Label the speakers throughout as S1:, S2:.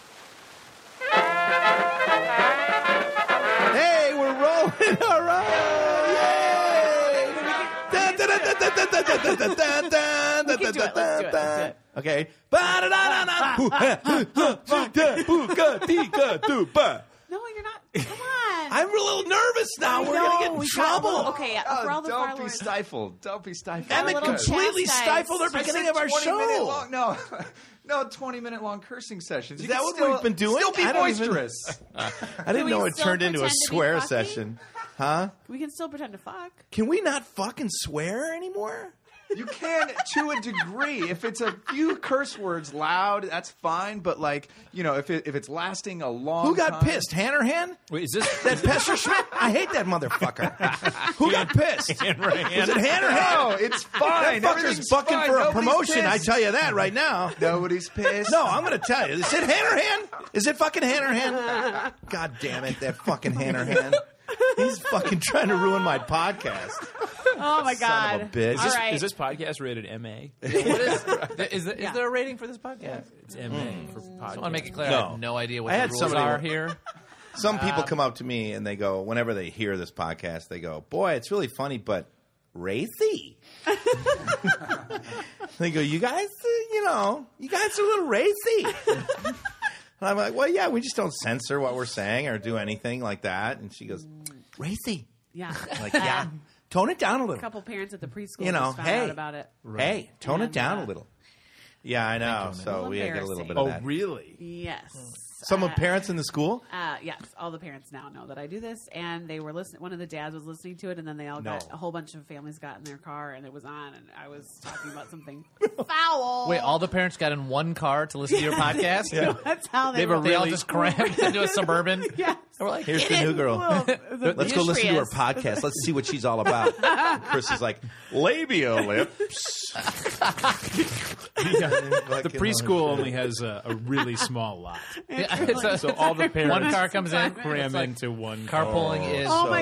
S1: can do it. Let's do it. Let's do it.
S2: Okay. I'm
S1: No, you're not. Come on.
S2: a little nervous now. We're
S1: No,
S2: gonna get in
S1: we got-
S2: trouble.
S1: okay, yeah,
S3: Oh,
S1: for all the
S3: don't
S1: Farlorn-
S3: be stifled. Don't be stifled.
S1: Got a
S2: Emmett
S1: little
S2: completely
S1: chastised.
S2: stifled our
S1: I
S3: I said
S2: beginning of our
S3: 20 minute
S2: show.
S3: long- no, no, twenty-minute long cursing sessions.
S2: Is
S3: You
S2: that
S3: can
S2: what
S3: still-
S2: we've been doing?
S3: Still be
S2: I don't even-
S3: boisterous.
S2: I didn't
S1: we
S2: know it
S1: still
S2: turned into a
S1: pretend to be
S2: swear
S1: fucking?
S2: session.
S1: we can still pretend to fuck.
S2: Can we not fucking swear anymore?
S3: you can to a degree. If it's a few curse words loud, that's fine. But like, you know, if it, if it's lasting a long,
S2: Who got
S3: time-
S2: pissed? Hannerhan?
S4: Wait, is this
S2: That Pester Schmidt? I hate that motherfucker. Who got pissed? Is it Hannerhan?
S3: No, it's fine.
S2: That fucker's
S3: Everything's
S2: bucking
S3: fine.
S2: for a
S3: Nobody's
S2: promotion. I
S3: pissed.
S2: tell you that right now.
S3: Nobody's pissed.
S2: No, I'm going to tell you. Is it Hannerhan? Is it fucking Hannerhan? God damn it, that fucking Hannerhan. He's fucking trying to ruin my podcast.
S1: Oh my god.
S2: Son of a bitch. Is
S1: All
S2: this-
S1: right.
S4: is this podcast rated MA? what is, is, there,
S1: Yeah.
S5: Is there a rating for this podcast?
S4: It's MA for
S5: I
S4: podcast.
S5: want to make it clear. I
S2: No.
S5: have no idea what
S2: I
S5: the
S2: had
S5: rules
S2: somebody-
S5: are here.
S2: Some people come up to me and they go, whenever they hear this podcast, they go, "Boy, it's really funny, but racy." they go, "You guys, uh, you know, you guys are a little racy." and I'm like, "Well, yeah, we just don't censor what we're saying or do anything like that." And she goes, "Racy."
S1: yeah.
S2: I'm like, "Yeah, tone it down a
S1: A
S2: little.
S1: couple parents at the preschool
S2: You know,
S1: just found
S2: hey.
S1: out about it.
S2: Hey, tone it
S1: And,
S2: down a
S1: uh,
S2: little." Yeah, I know. So
S1: little
S2: we get a little bit of
S4: Oh,
S2: that.
S4: really?
S1: Yes.
S2: Hmm. Some of
S1: Uh,
S2: parents in the school?
S1: Uh, yes, all the parents now know that I do this, and they were listening. One of the dads was listening to it, and then they all
S2: No.
S1: got a whole bunch of families got in their car, and it was on, and I was talking about something foul.
S5: Wait, all the parents got in one car to listen to your podcast?
S1: that's how they,
S4: They have a
S1: were-
S5: They all
S4: Really?
S5: just crammed into a suburban.
S1: yeah.
S5: We're like,
S2: Here's
S5: "Get
S2: the
S5: in."
S2: new girl.
S1: Well, the
S2: Let's go listen to her
S1: Prius.
S2: podcast. Let's see what she's all about. Chris is like, labia lips.
S4: The preschool only has a, a really small lot,
S5: Yeah, it's a-
S4: so all the parents
S5: one car comes in,
S4: cram
S5: it's like
S4: into one
S5: Carpooling
S4: car.
S5: is
S1: Oh my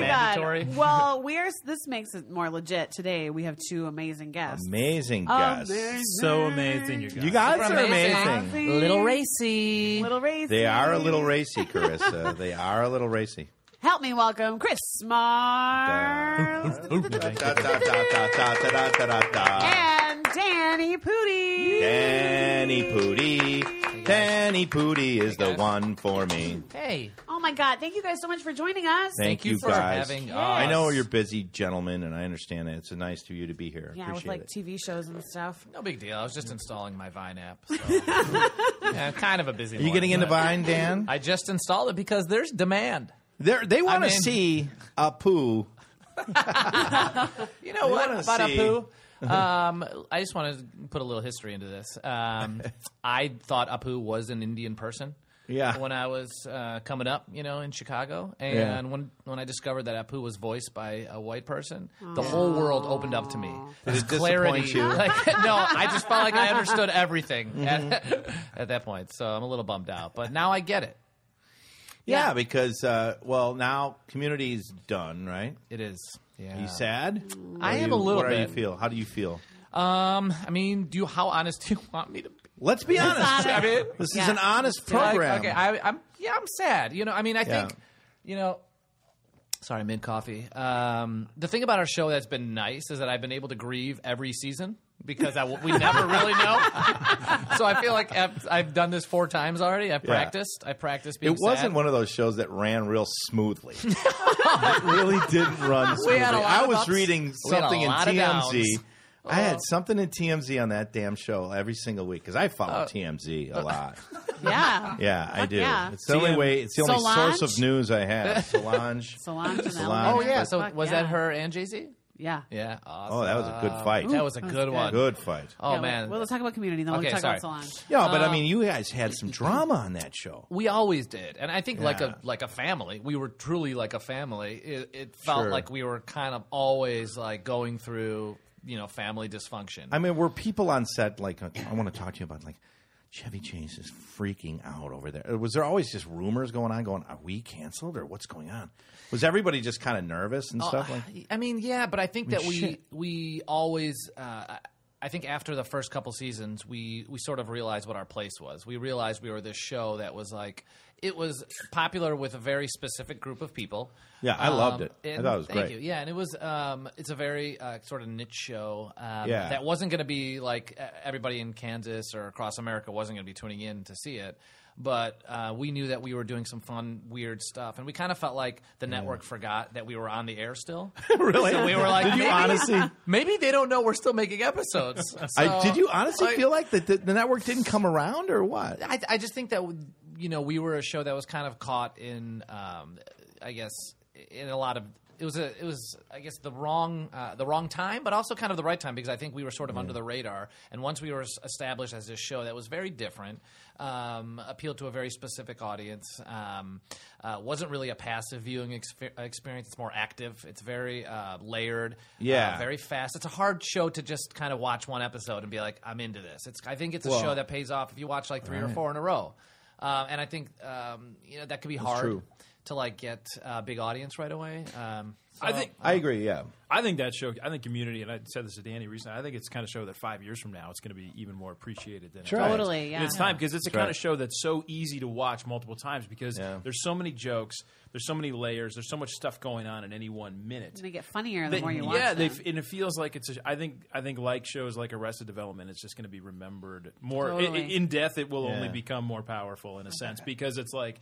S5: mandatory.
S1: god! Well, we're this makes it more legit today. We have two amazing guests.
S2: Amazing guys.
S1: Amazing.
S4: so amazing. You guys,
S2: You guys are
S5: Amazing.
S2: amazing.
S5: Little racy.
S1: Little racy.
S2: They are a little racy, Carissa. they are a little racy.
S1: Help me welcome Chris Smart
S2: Da, da, da, da, da, da, da, da, da.
S1: and Danny Pooty.
S2: Danny Pooty. Danny Pooty is the one for me.
S5: Hey,
S1: Oh my God! Thank you guys so much for joining us.
S2: Thank,
S5: thank you for
S2: guys.
S5: having us.
S2: I know you're busy gentlemen, and I understand that. It's nice to you to be here.
S1: yeah, with
S2: Appreciate
S1: like
S2: it.
S1: TV shows and stuff.
S5: No big deal. I was just installing my Vine app. So. yeah, kind of a busy.
S2: Are you getting into Vine,
S5: Vine?
S2: Dan?
S5: I just installed it because there's demand.
S2: They're, they want to
S5: mean-
S2: see a poo.
S5: You know what
S2: wanna
S5: about
S2: see-
S5: a poo? um, I just want to put a little history into this. Um, I thought Apu was an Indian person.
S2: Yeah.
S5: When I was uh, coming up, you know, in Chicago, and
S2: Yeah.
S5: when when I discovered that Apu was voiced by a white person, the whole world opened up to me. This
S2: it disappoint you?
S5: Like, no, I just felt like I understood everything
S2: Mm-hmm.
S5: at, at that point. So I'm a little bummed out, but now I get it.
S2: Yeah, because uh, well now community's done, right?
S5: It is. Yeah.
S2: Are you sad?
S5: I
S2: Are
S5: am
S2: you-
S5: a little
S2: What
S5: bit.
S2: do you feel? How do you feel?
S5: Um, I mean, do you, how honest do you want me to be?
S2: Let's be honest.
S5: I mean,
S2: This is
S1: Yeah.
S2: an honest
S5: Like,
S2: program.
S5: okay, I, I'm yeah, I'm sad. You know, I mean, I
S2: Yeah.
S5: think, you know, sorry, mid coffee. Um, the thing about our show that's been nice is that I've been able to grieve every season because I, we never really know. so I feel like I've, I've done this four times already. I've practiced. I practiced being.
S2: it wasn't
S5: sad.
S2: one of those shows that ran real smoothly. it really didn't run smoothly.
S5: had a lot
S2: I
S5: of
S2: was
S5: ups.
S2: reading
S5: We had a
S2: something in
S5: lot of
S2: TMZ.
S5: downs.
S2: I had something in TMZ on that damn show every single week because I follow
S5: Uh,
S2: TMZ a lot.
S1: Yeah.
S2: Yeah, I do.
S1: yeah.
S2: It's the only
S4: TM
S2: way. It's the only
S1: Solange?
S2: source of news I have. Solange.
S1: Solange. and
S2: Solange.
S1: Ellen.
S5: Oh yeah. So
S1: Fuck,
S5: was
S1: yeah.
S5: that her and Jay Z?
S1: Yeah.
S5: Yeah. Um,
S2: Oh, that was a good fight.
S5: That was a
S1: That was
S5: good
S1: good.
S5: one.
S2: Good fight.
S5: Oh
S1: Yeah,
S5: man.
S1: Well, let's talk about community, then we'll
S5: Okay,
S1: talk about
S5: sorry.
S1: Solange.
S2: Yeah, but I mean, you guys had some drama on that show.
S5: We always did, and I think like
S2: Yeah.
S5: a like a family. We were truly like a family. It, it felt
S2: Sure.
S5: like we were kind of always like going through you know family dysfunction.
S2: I mean, were people on set like, uh, I want to talk to you about like Chevy Chase is freaking out over there? Was there always just rumors going on? Going, are we canceled or what's going on? Was everybody just
S5: Oh,
S2: kind of nervous and stuff like?
S5: I mean, yeah, but I think that we
S2: shit.
S5: we always. Uh, I think after the first couple seasons, we we sort of realized what our place was. We realized we were this show that was like it was popular with a very specific group of people. Um,
S2: Yeah, I loved it. I
S5: and
S2: thought it was
S5: thank
S2: great.
S5: you. Yeah, and it was um, it's a very uh, sort of niche show. Um,
S2: Yeah.
S5: that wasn't going to be like e- everybody in Kansas or across America wasn't going to be tuning in to see it. But uh, we knew that we were doing some fun, weird stuff, and we kind of felt like the network forgot that we were on the air still.
S2: really?
S5: So we were like,
S2: did you
S5: maybe-
S2: honestly?
S5: Maybe they don't know we're still making episodes.
S2: I,
S5: So-
S2: did you honestly
S5: like-
S2: feel like that the, the network didn't come around or what?
S5: I, I just think that you know we were a show that was kind of caught in, um, I guess, in a lot of it was a it was I guess the wrong uh, the wrong time, but also kind of the right time because I think we were sort of under the radar. And once we were s- established as this show that was very different, um, appealed to a very specific audience, um, uh, wasn't really a passive viewing exper- experience. It's more active. It's very uh, layered. uh,
S2: Yeah.
S5: very fast. It's a hard show to just kind of watch one episode and be like, I'm into this. It's I think it's a
S2: Well-
S5: show that pays off if you watch like three or four in a row. Um, and I think um, you know that could be hard
S2: true.
S5: to like get a big audience right away. Um,
S4: I
S5: so-
S4: think
S2: I agree. Yeah.
S4: I think that show. I think Community, and I said this to Danny recently. I think it's the kind of show that five years from now it's going to be even more appreciated than it
S2: Sure.
S4: was.
S1: Totally,
S4: And
S1: yeah.
S4: it's time because it's the
S2: That's
S4: kind
S2: right.
S4: of show that's so easy to watch multiple times because
S2: Yeah.
S4: there's so many jokes, there's so many layers, there's so much stuff going on in any one minute.
S1: And they get funnier the
S4: They-
S1: more you watch
S4: yeah,
S1: them.
S4: they, and it feels like it's. A, I think I think like shows like Arrested Development, it's just going to be remembered more i-
S1: Totally.
S4: i- in death. It will only
S2: Yeah.
S4: become more powerful in a sense because it's like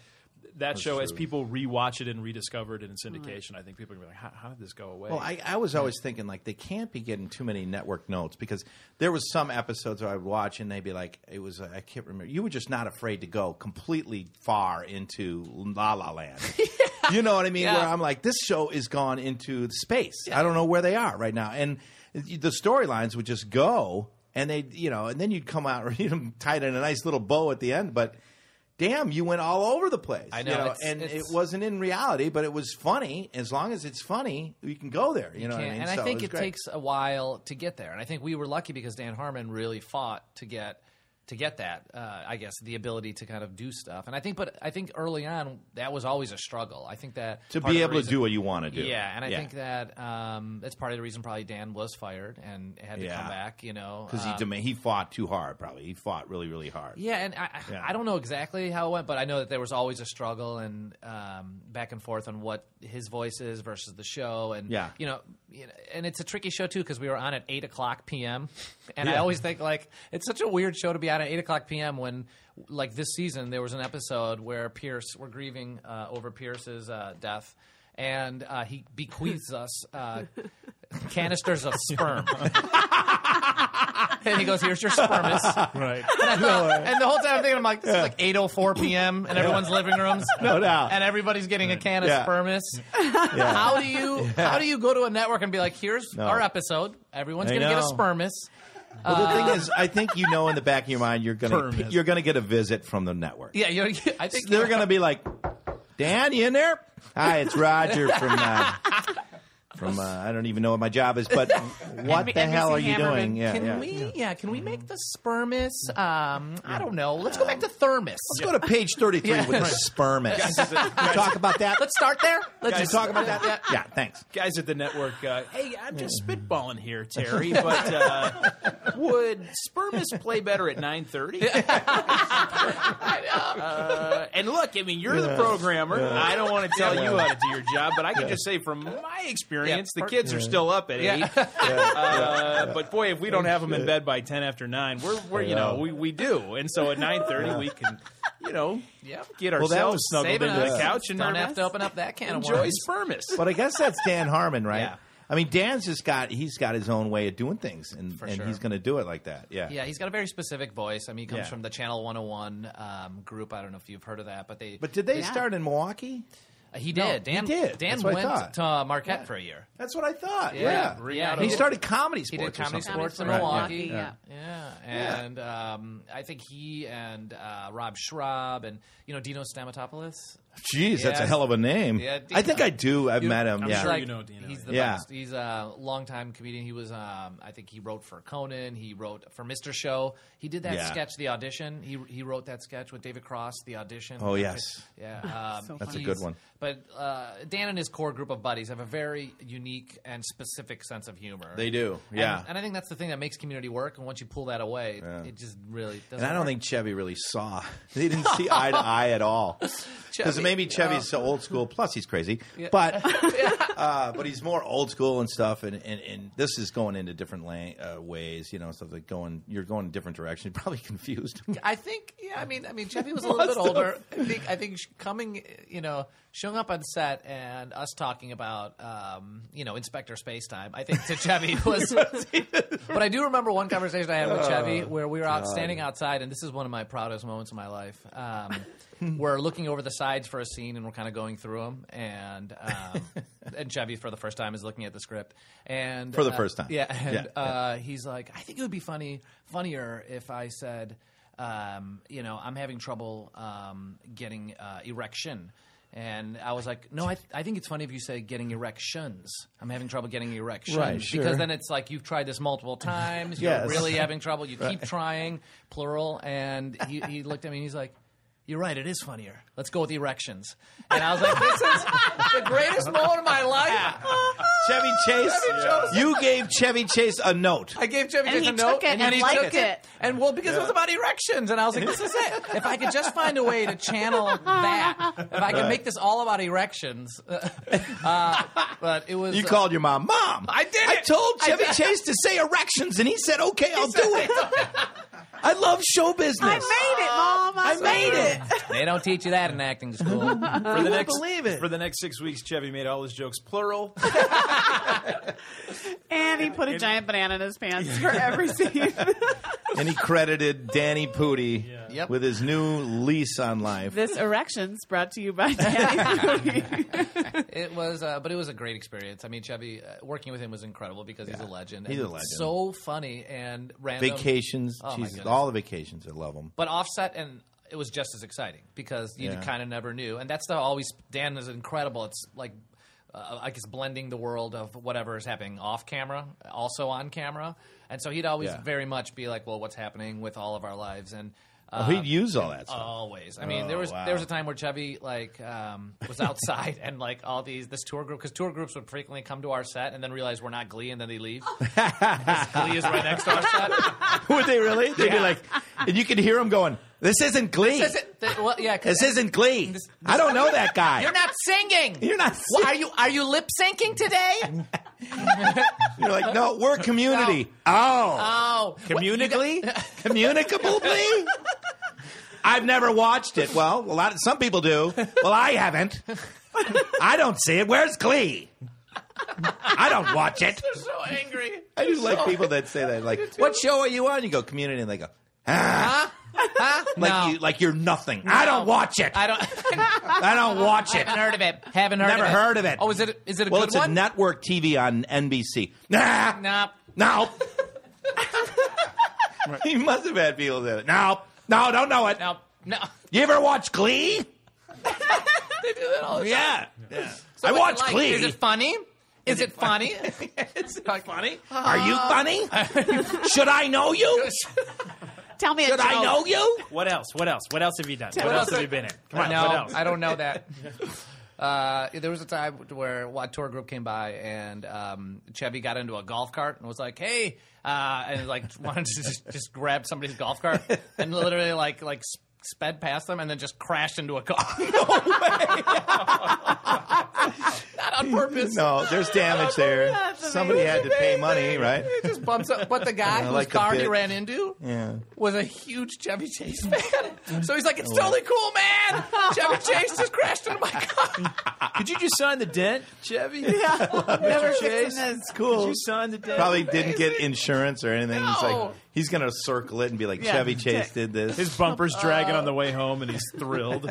S4: that show as
S2: true.
S4: people rewatch it and rediscover it in
S1: Mm-hmm.
S4: syndication. I think people are going to be like, how, how did this go away?
S2: Well, I, I was always thinking like they can't be getting too many network notes because there was some episodes I would watch and they'd be like, it was I can't remember. You were just not afraid to go completely far into La La Land. You know what I mean? Where I'm like, this show is gone into space. I don't know where they are right now, and the storylines would just go and they, you know, and then you'd come out you know, tied in a nice little bow at the end, but. Damn, you went all over the place.
S5: I know,
S2: you
S5: it's-
S2: and
S5: it's-
S2: it wasn't in reality, but it was funny. As long as it's funny, you can go there. You, know what I
S5: Yeah,
S2: mean?
S5: and
S2: So
S5: I think
S2: was
S5: it
S2: great.
S5: takes a while to get there. And I think we were lucky because Dan Harmon really fought to get to get that. Uh, I guess the ability to kind of do stuff. And I think, but I think early on that was always a struggle. I think that
S2: to
S5: part of
S2: be
S5: the
S2: able to
S5: reason-
S2: do what you want to do.
S5: Yeah, and I think that um, that's part of the reason probably Dan was fired and had to
S2: Yeah.
S5: come back. You know,
S2: because
S5: Um,
S2: he dema- he fought too hard. Probably he fought really really hard.
S5: Yeah, and I, I-
S2: Yeah.
S5: I don't know exactly how it went, but I know that there was always a struggle and um, back and forth on what his voice is versus the show, and
S2: Yeah.
S5: you know, you know, and it's a tricky show too because we were on at eight o'clock p.m. and I always think like it's such a weird show to be on at eight o'clock p.m. when like this season there was an episode where Pierce we're grieving uh, over Pierce's uh, death. And uh, he bequeaths us uh, canisters of sperm. and he goes, "Here's your spermis."
S4: right.
S5: and the whole time I'm thinking, I'm like, this is like 8:04 p.m. in everyone's living rooms,
S2: No doubt.
S5: and everybody's getting a can of
S2: Yeah.
S5: spermis. How do you how do you go to a network and be like, here's our episode, everyone's
S2: I
S5: gonna get a
S2: know.
S5: spermis.
S2: Well, the thing is, I think you know in the back of your mind you're gonna
S4: Perm is-
S2: you're gonna get a visit from the network.
S5: Yeah, you're, I think
S2: They're gonna be like, Dan, you in there? Hi, it's Roger from. Uh, from uh, I don't even know what my job is, but what the
S1: NBC
S2: hell are you
S1: Hammerman.
S2: doing? Yeah,
S5: Can
S2: yeah. Mm-hmm.
S5: we? Yeah. Can we make the spermis? Um, I don't know. Let's go back to thermos.
S2: Let's go to page 33
S5: Yeah.
S2: with the spermist. talk about that.
S5: Let's start there. Let's
S2: Guys,
S5: just-
S2: talk about that.
S5: Yeah.
S2: Yeah, thanks.
S4: guys at the network, uh, hey, I'm just spitballing here, Terry, but uh, would Spermus play better at 9.30? uh, and look, I mean, you're the programmer. I don't want to tell you how to do your job, but I can just say from my experience,
S5: Yeah.
S4: the kids are still up at 8. Uh, but boy, if we don't have them in bed by 10 after 9, we're, we're you know, we, we do. And so at 9.30, we can, you know,
S5: Yep.
S4: get
S2: Well, that
S4: ourselves
S2: was
S4: snuggled
S5: Saving
S4: into
S5: us.
S4: the couch and
S5: Don't have to open up that can of
S4: enjoy
S5: worms.
S4: Spermus.
S2: But I guess that's Dan Harmon, right?
S5: Yeah.
S2: I mean, Dan's just got he's got his own way of doing things, and, and
S5: sure.
S2: he's going to do it like that. Yeah,
S5: Yeah, he's got a very specific voice. I mean, he comes
S2: Yeah.
S5: from the Channel 101 um, group. I don't know if you've heard of that, but they.
S2: But did they
S1: Yeah.
S2: start in Milwaukee?
S5: uh, he did. Dan
S2: did.
S5: Dan
S2: That's what I
S5: went
S2: thought.
S5: to uh, Marquette for a year.
S2: That's what I thought.
S5: Yeah.
S2: Yeah,
S5: Yeah,
S2: he
S5: he did-
S2: started comedy sports.
S5: He did
S2: or
S5: comedy
S2: something.
S5: sports in
S1: Right.
S5: Milwaukee.
S1: Milwaukee, yeah.
S5: Yeah, and um, I think he and uh, Rob Schraub and you know Dino Stamatopoulos.
S2: Jeez, that's a
S5: Yes.
S2: hell of a name.
S5: Yeah,
S2: I think I do. I've
S5: You-
S2: met him.
S4: I'm
S2: yeah,
S5: He's
S4: sure
S5: like-
S4: you know Dino,
S5: He's
S4: yeah.
S5: the
S2: Yeah.
S5: best. He's a longtime comedian. He was, um, I think, he wrote for Conan. He wrote for Mr. Show. He did that
S2: Yeah.
S5: sketch, The Audition. He he wrote that sketch with David Cross, The Audition.
S2: Oh, yes.
S5: yeah, um,
S1: So That's
S2: a
S5: he's-
S2: good one.
S5: But uh, Dan and his core group of buddies have a very unique and specific sense of humor.
S2: They do,
S5: And-
S2: yeah.
S5: And, I think that's the thing that makes community work. And once you pull that away, it just really doesn't.
S2: And I don't
S5: work.
S2: think Chevy really saw. They didn't see eye to eye at all. Because
S5: Chevy-
S2: maybe Chevy's so old school. Plus, he's crazy. But uh, but he's more old school and stuff. And, and, and this is going into different la- uh, ways, you know, stuff like going, you're going in different directions. You're probably confused.
S5: I think, yeah, I mean, I mean, Jeffy was a little bit older. I think, I think sh- coming, you know, showing up on set and us talking about, um, you know, Inspector Spacetime, I think to Chevy was. but I do remember one conversation I had with Chevy
S2: Oh,
S5: where we were out standing outside, and this is one of my proudest moments of my life. Um, we're looking over the sides for a scene, and we're kind of going through them, and um, and Chevy for the first time is looking at the script, and
S2: For the
S5: uh,
S2: first time.
S5: yeah, and
S2: Yeah.
S5: uh, he's like, I think it would be funny, funnier if I said, um, you know, I'm having trouble um, getting uh, erection. And I was like, no, I, th- I think it's funny if you say getting erections. I'm having trouble getting erections.
S2: Right, sure.
S5: Because then it's like you've tried this multiple times. You're
S2: Yes.
S5: really having trouble. You keep trying, plural. And he, he looked at me and he's like, you're right. It is funnier. Let's go with erections. And I was like, this is the greatest moment of my life.
S2: Chevy Chase, you gave Chevy Chase a note.
S5: I gave Chevy
S1: And
S5: Chase
S1: he
S5: a note,
S1: took it and liked it.
S5: and well, because it was about erections, and I was like, "This is it. If I could just find a way to channel that, if I could make this all about erections." Uh, but it was uh,
S2: You called your mom, Mom. I
S5: did
S2: I
S5: it.
S2: told
S5: I
S2: Chevy
S5: did it."
S2: Chase to say erections, and he said, "Okay, I'll do it." I love show business.
S1: I made it, Mom. I,
S2: I made it.
S5: They don't teach you that in acting school.
S4: For the
S2: won't
S4: next,
S2: believe it.
S4: For the next six weeks, Chevy made all his jokes plural.
S1: And he put a giant banana in his pants for every scene.
S2: and he credited Danny Pudi
S5: Yep.
S2: with his new lease on life.
S1: this erection's brought to you by Danny Pudi.
S5: It was, uh, but it was a great experience. I mean, Chevy uh, working with him was incredible because he's a legend.
S2: He's
S5: and
S2: a legend.
S5: So funny and random.
S2: Vacations,
S5: Oh, my
S2: Jesus,
S5: goodness.
S2: all the vacations, I love them.
S5: but offset and it was just as exciting because you
S2: Yeah.
S5: kind of never knew and that's the always dan is incredible it's like uh, i guess blending the world of whatever is happening off camera also on camera and so he'd always
S2: Yeah.
S5: very much be like well what's happening with all of our lives and uh,
S2: Oh, He'd use all that stuff.
S5: Always. I mean,
S2: Oh,
S5: there was
S2: wow.
S5: there was a time where Chevy like um, was outside and like all these this tour group because tour groups would frequently come to our set and then realize we're not Glee and then they leave. 'Cause Glee is right next to our set.
S2: Would they really? They'd be like, and you could hear him going, "This isn't Glee.
S5: This isn't- th- well, yeah, 'cause-
S2: This isn't Glee.
S5: This-
S2: I don't know that guy.
S5: You're not singing.
S2: You're not
S5: Why are you are you lip syncing today?
S2: You're like, no, we're community. Oh,
S5: Oh,
S2: communicably, communicably. I've never watched it. Well, a lot. Of, some people do. Well, I haven't. I don't see it. Where's Glee? I don't watch it.
S5: I'm so angry.
S2: I just like people that say that. Like, what show are you on? You go community, and they go, ah,
S5: Huh?
S2: like
S5: no,
S2: you, like you're nothing. I don't watch it.
S5: I don't. haven't
S2: I don't watch it.
S5: heard of it. Haven't heard.
S2: Never
S5: of it.
S2: heard of it.
S5: Oh, is it is it a
S2: Well,
S5: good
S2: it's
S5: one?
S2: a network TV on NBC. Nah,
S5: Nah.
S2: no. he must have had people that no, no, don't know it.
S5: No, no.
S2: You ever watch Glee?
S5: they do that all the time.
S2: Yeah, yeah. I
S5: What's it
S2: watch
S5: like?
S2: Glee.
S5: Is it funny? Is it funny?
S2: Is it funny? Are you funny? Should I know you?
S1: Tell me
S2: Should
S1: a joke.
S2: I know you?
S4: What else? What else? What else have you done? What,
S5: What
S4: else
S5: else?
S4: have you been in? Come on. what
S5: no,
S4: else?
S5: I don't know that. Uh, there was a time where a tour group came by and um, Chevy got into a golf cart and was like, "Hey," uh, and like wanted to just, just grab somebody's golf cart and literally like like s- sped past them and then just crashed into a car. no way! Not on purpose.
S2: No, there's damage there.
S1: That's
S2: Somebody had to pay money, right?
S5: It just bumps up. But the guy
S2: Yeah,
S5: whose
S2: like a
S5: car he
S2: bit.
S5: ran into
S2: Yeah.
S5: was a huge Chevy Chase fan. So he's like,
S2: Oh,
S5: "It's totally cool, man. Chevy Chase just crashed into my car."
S4: Could you just sign the dent, Chevy?
S1: Never
S4: Chase?
S1: fixing this.
S4: Could
S2: Cool.
S4: you sign the dent?
S2: Probably didn't get insurance or anything. He's like,
S5: No.
S2: he's gonna circle it and be like,
S1: Yeah.
S2: Chevy Chase did this.
S4: His bumper's dragging on the way home, and he's thrilled.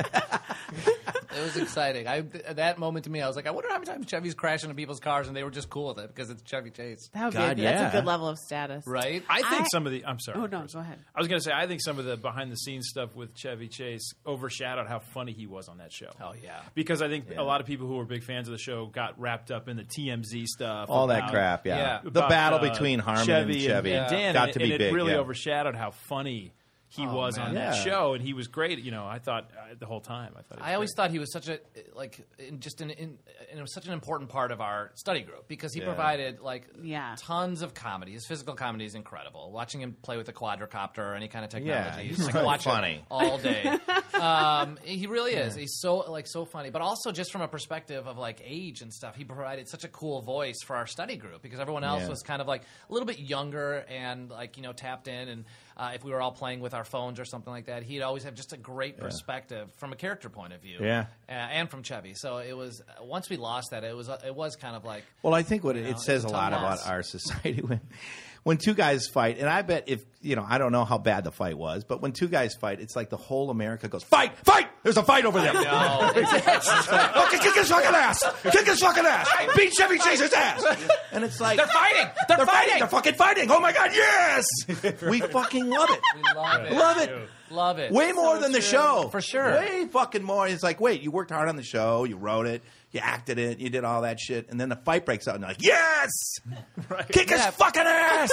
S5: It was exciting. I th- that moment to me, I was like, I wonder how many times Chevy's crashed into people's cars and they were just cool with it because it's Chevy Chase,
S1: That would
S4: God,
S1: be a, that's
S4: yeah.
S1: a good level of status.
S5: right?
S4: I think
S1: I-
S4: some of the. I'm sorry.
S1: Oh, no,
S4: Chris.
S1: go ahead.
S4: I was going to say I think some of the behind the scenes stuff with Chevy Chase overshadowed how funny he was on that show.
S5: Oh, yeah.
S4: because I think a lot of people who were big fans of the show got wrapped up in the TMZ stuff,
S2: all that
S4: about-
S2: crap. Yeah,
S5: yeah,
S2: the
S4: about,
S2: battle
S4: uh,
S2: between Harmon
S4: Chevy
S2: and Chevy
S4: Dan,
S2: got
S4: and,
S2: to
S4: and
S2: be
S4: it
S2: big.
S4: really
S2: yeah.
S4: overshadowed how funny he
S5: Oh,
S4: was on that
S2: Yeah.
S4: show, and he was great. You know, I thought uh, the whole time. I thought he was
S5: I always
S4: great.
S5: thought he was such a like in just an in, and it was such an important part of our study group because he
S2: Yeah.
S5: provided like
S1: Yeah.
S5: tons of comedy. His physical comedy is incredible. Watching him play with a quadricopter or any kind of
S2: Yeah,
S5: technology,
S2: he's
S5: just, like
S2: so
S5: watch him
S2: funny.
S5: all day. um, he really is. He's so like so funny, but also just from a perspective of like age and stuff. He provided such a cool voice for our study group because everyone else
S2: Yeah.
S5: was kind of like a little bit younger and like you know tapped in. And uh, if we were all playing with our phones or something like that, he'd always have just a great perspective from a character point of view.
S2: Yeah.
S5: Uh, and from Chevy. So it was uh, once we lost that, it was uh, it was kind of like
S2: Well, I think what it,
S5: know,
S2: it says
S5: it's
S2: a
S5: a
S2: lot
S5: tough
S2: about
S5: loss.
S2: our society when when two guys fight, and I bet if you know, I don't know how bad the fight was, but when two guys fight, it's like the whole America goes fight, fight. There's a fight over there.
S5: no, it's, it's
S2: Oh, kick, kick his fucking ass! Kick his fucking ass! Beat Chevy Chase's ass! And it's like they're fighting! They're, fighting. They're fucking fighting! Oh my god, yes! We fucking love it,
S5: love it,
S2: love it.
S5: love it.
S2: Way more than the show,
S5: For sure.
S2: Way fucking more. It's like, wait, you worked hard on the show, you wrote it, you acted it, you did all that shit, and then the fight breaks out, and you're like, yes, kick
S5: Yeah.
S2: his fucking ass.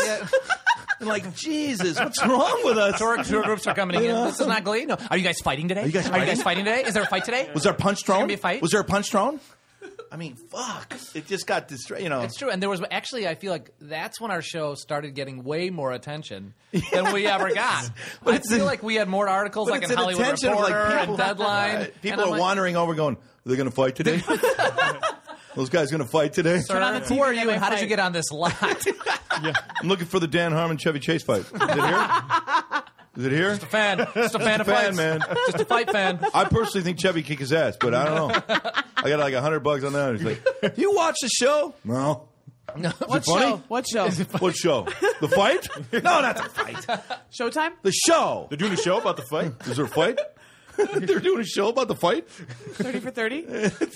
S2: And like, Jesus, what's wrong with us?
S5: Tour, tour groups are coming in. This is not Glee. No, are you guys fighting today? Are
S2: you guys
S5: fighting today? Is there a fight today?
S2: Was there a punch thrown?
S5: be a fight?
S2: Was there a punch thrown? I mean, fuck! It just got destroyed. You know,
S5: It's true, and there was actually. I feel like that's when our show started getting way more attention than we ever got.
S2: But
S5: I
S2: it's
S5: feel
S2: an-
S5: like we had more articles
S2: But
S5: like
S2: it's
S5: in
S2: an
S5: Hollywood
S2: attention of,
S5: Reporter
S2: like
S5: and
S2: people,
S5: Deadline.
S2: Uh,
S5: and
S2: people
S5: I'm
S2: are
S5: like,
S2: wandering over, going, "Are they going to fight today? Those guys going to fight today?
S5: "Sir,
S1: on the
S5: Who
S1: TV
S5: are
S1: and
S5: you, and
S1: they
S5: how did you
S1: fight."
S5: get on this lot?
S2: I'm looking for the Dan Harmon Chevy Chase fight. Is it here? Is it here?
S5: fan, just a fan of
S2: Fan,
S5: fights.
S2: man.
S5: just a fight fan.
S2: I personally think Chevy kicked his ass, but I don't know. I got like hundred bucks on that. He's like, "Do you watch the show? No. funny?
S1: What show? What show?
S2: What show? The fight? No, not the fight.
S1: Showtime?
S2: The show.
S4: They're doing a show about the fight.
S2: Is there a fight? They're doing a show about the fight.
S1: 30 for 30?
S5: it's a thirty.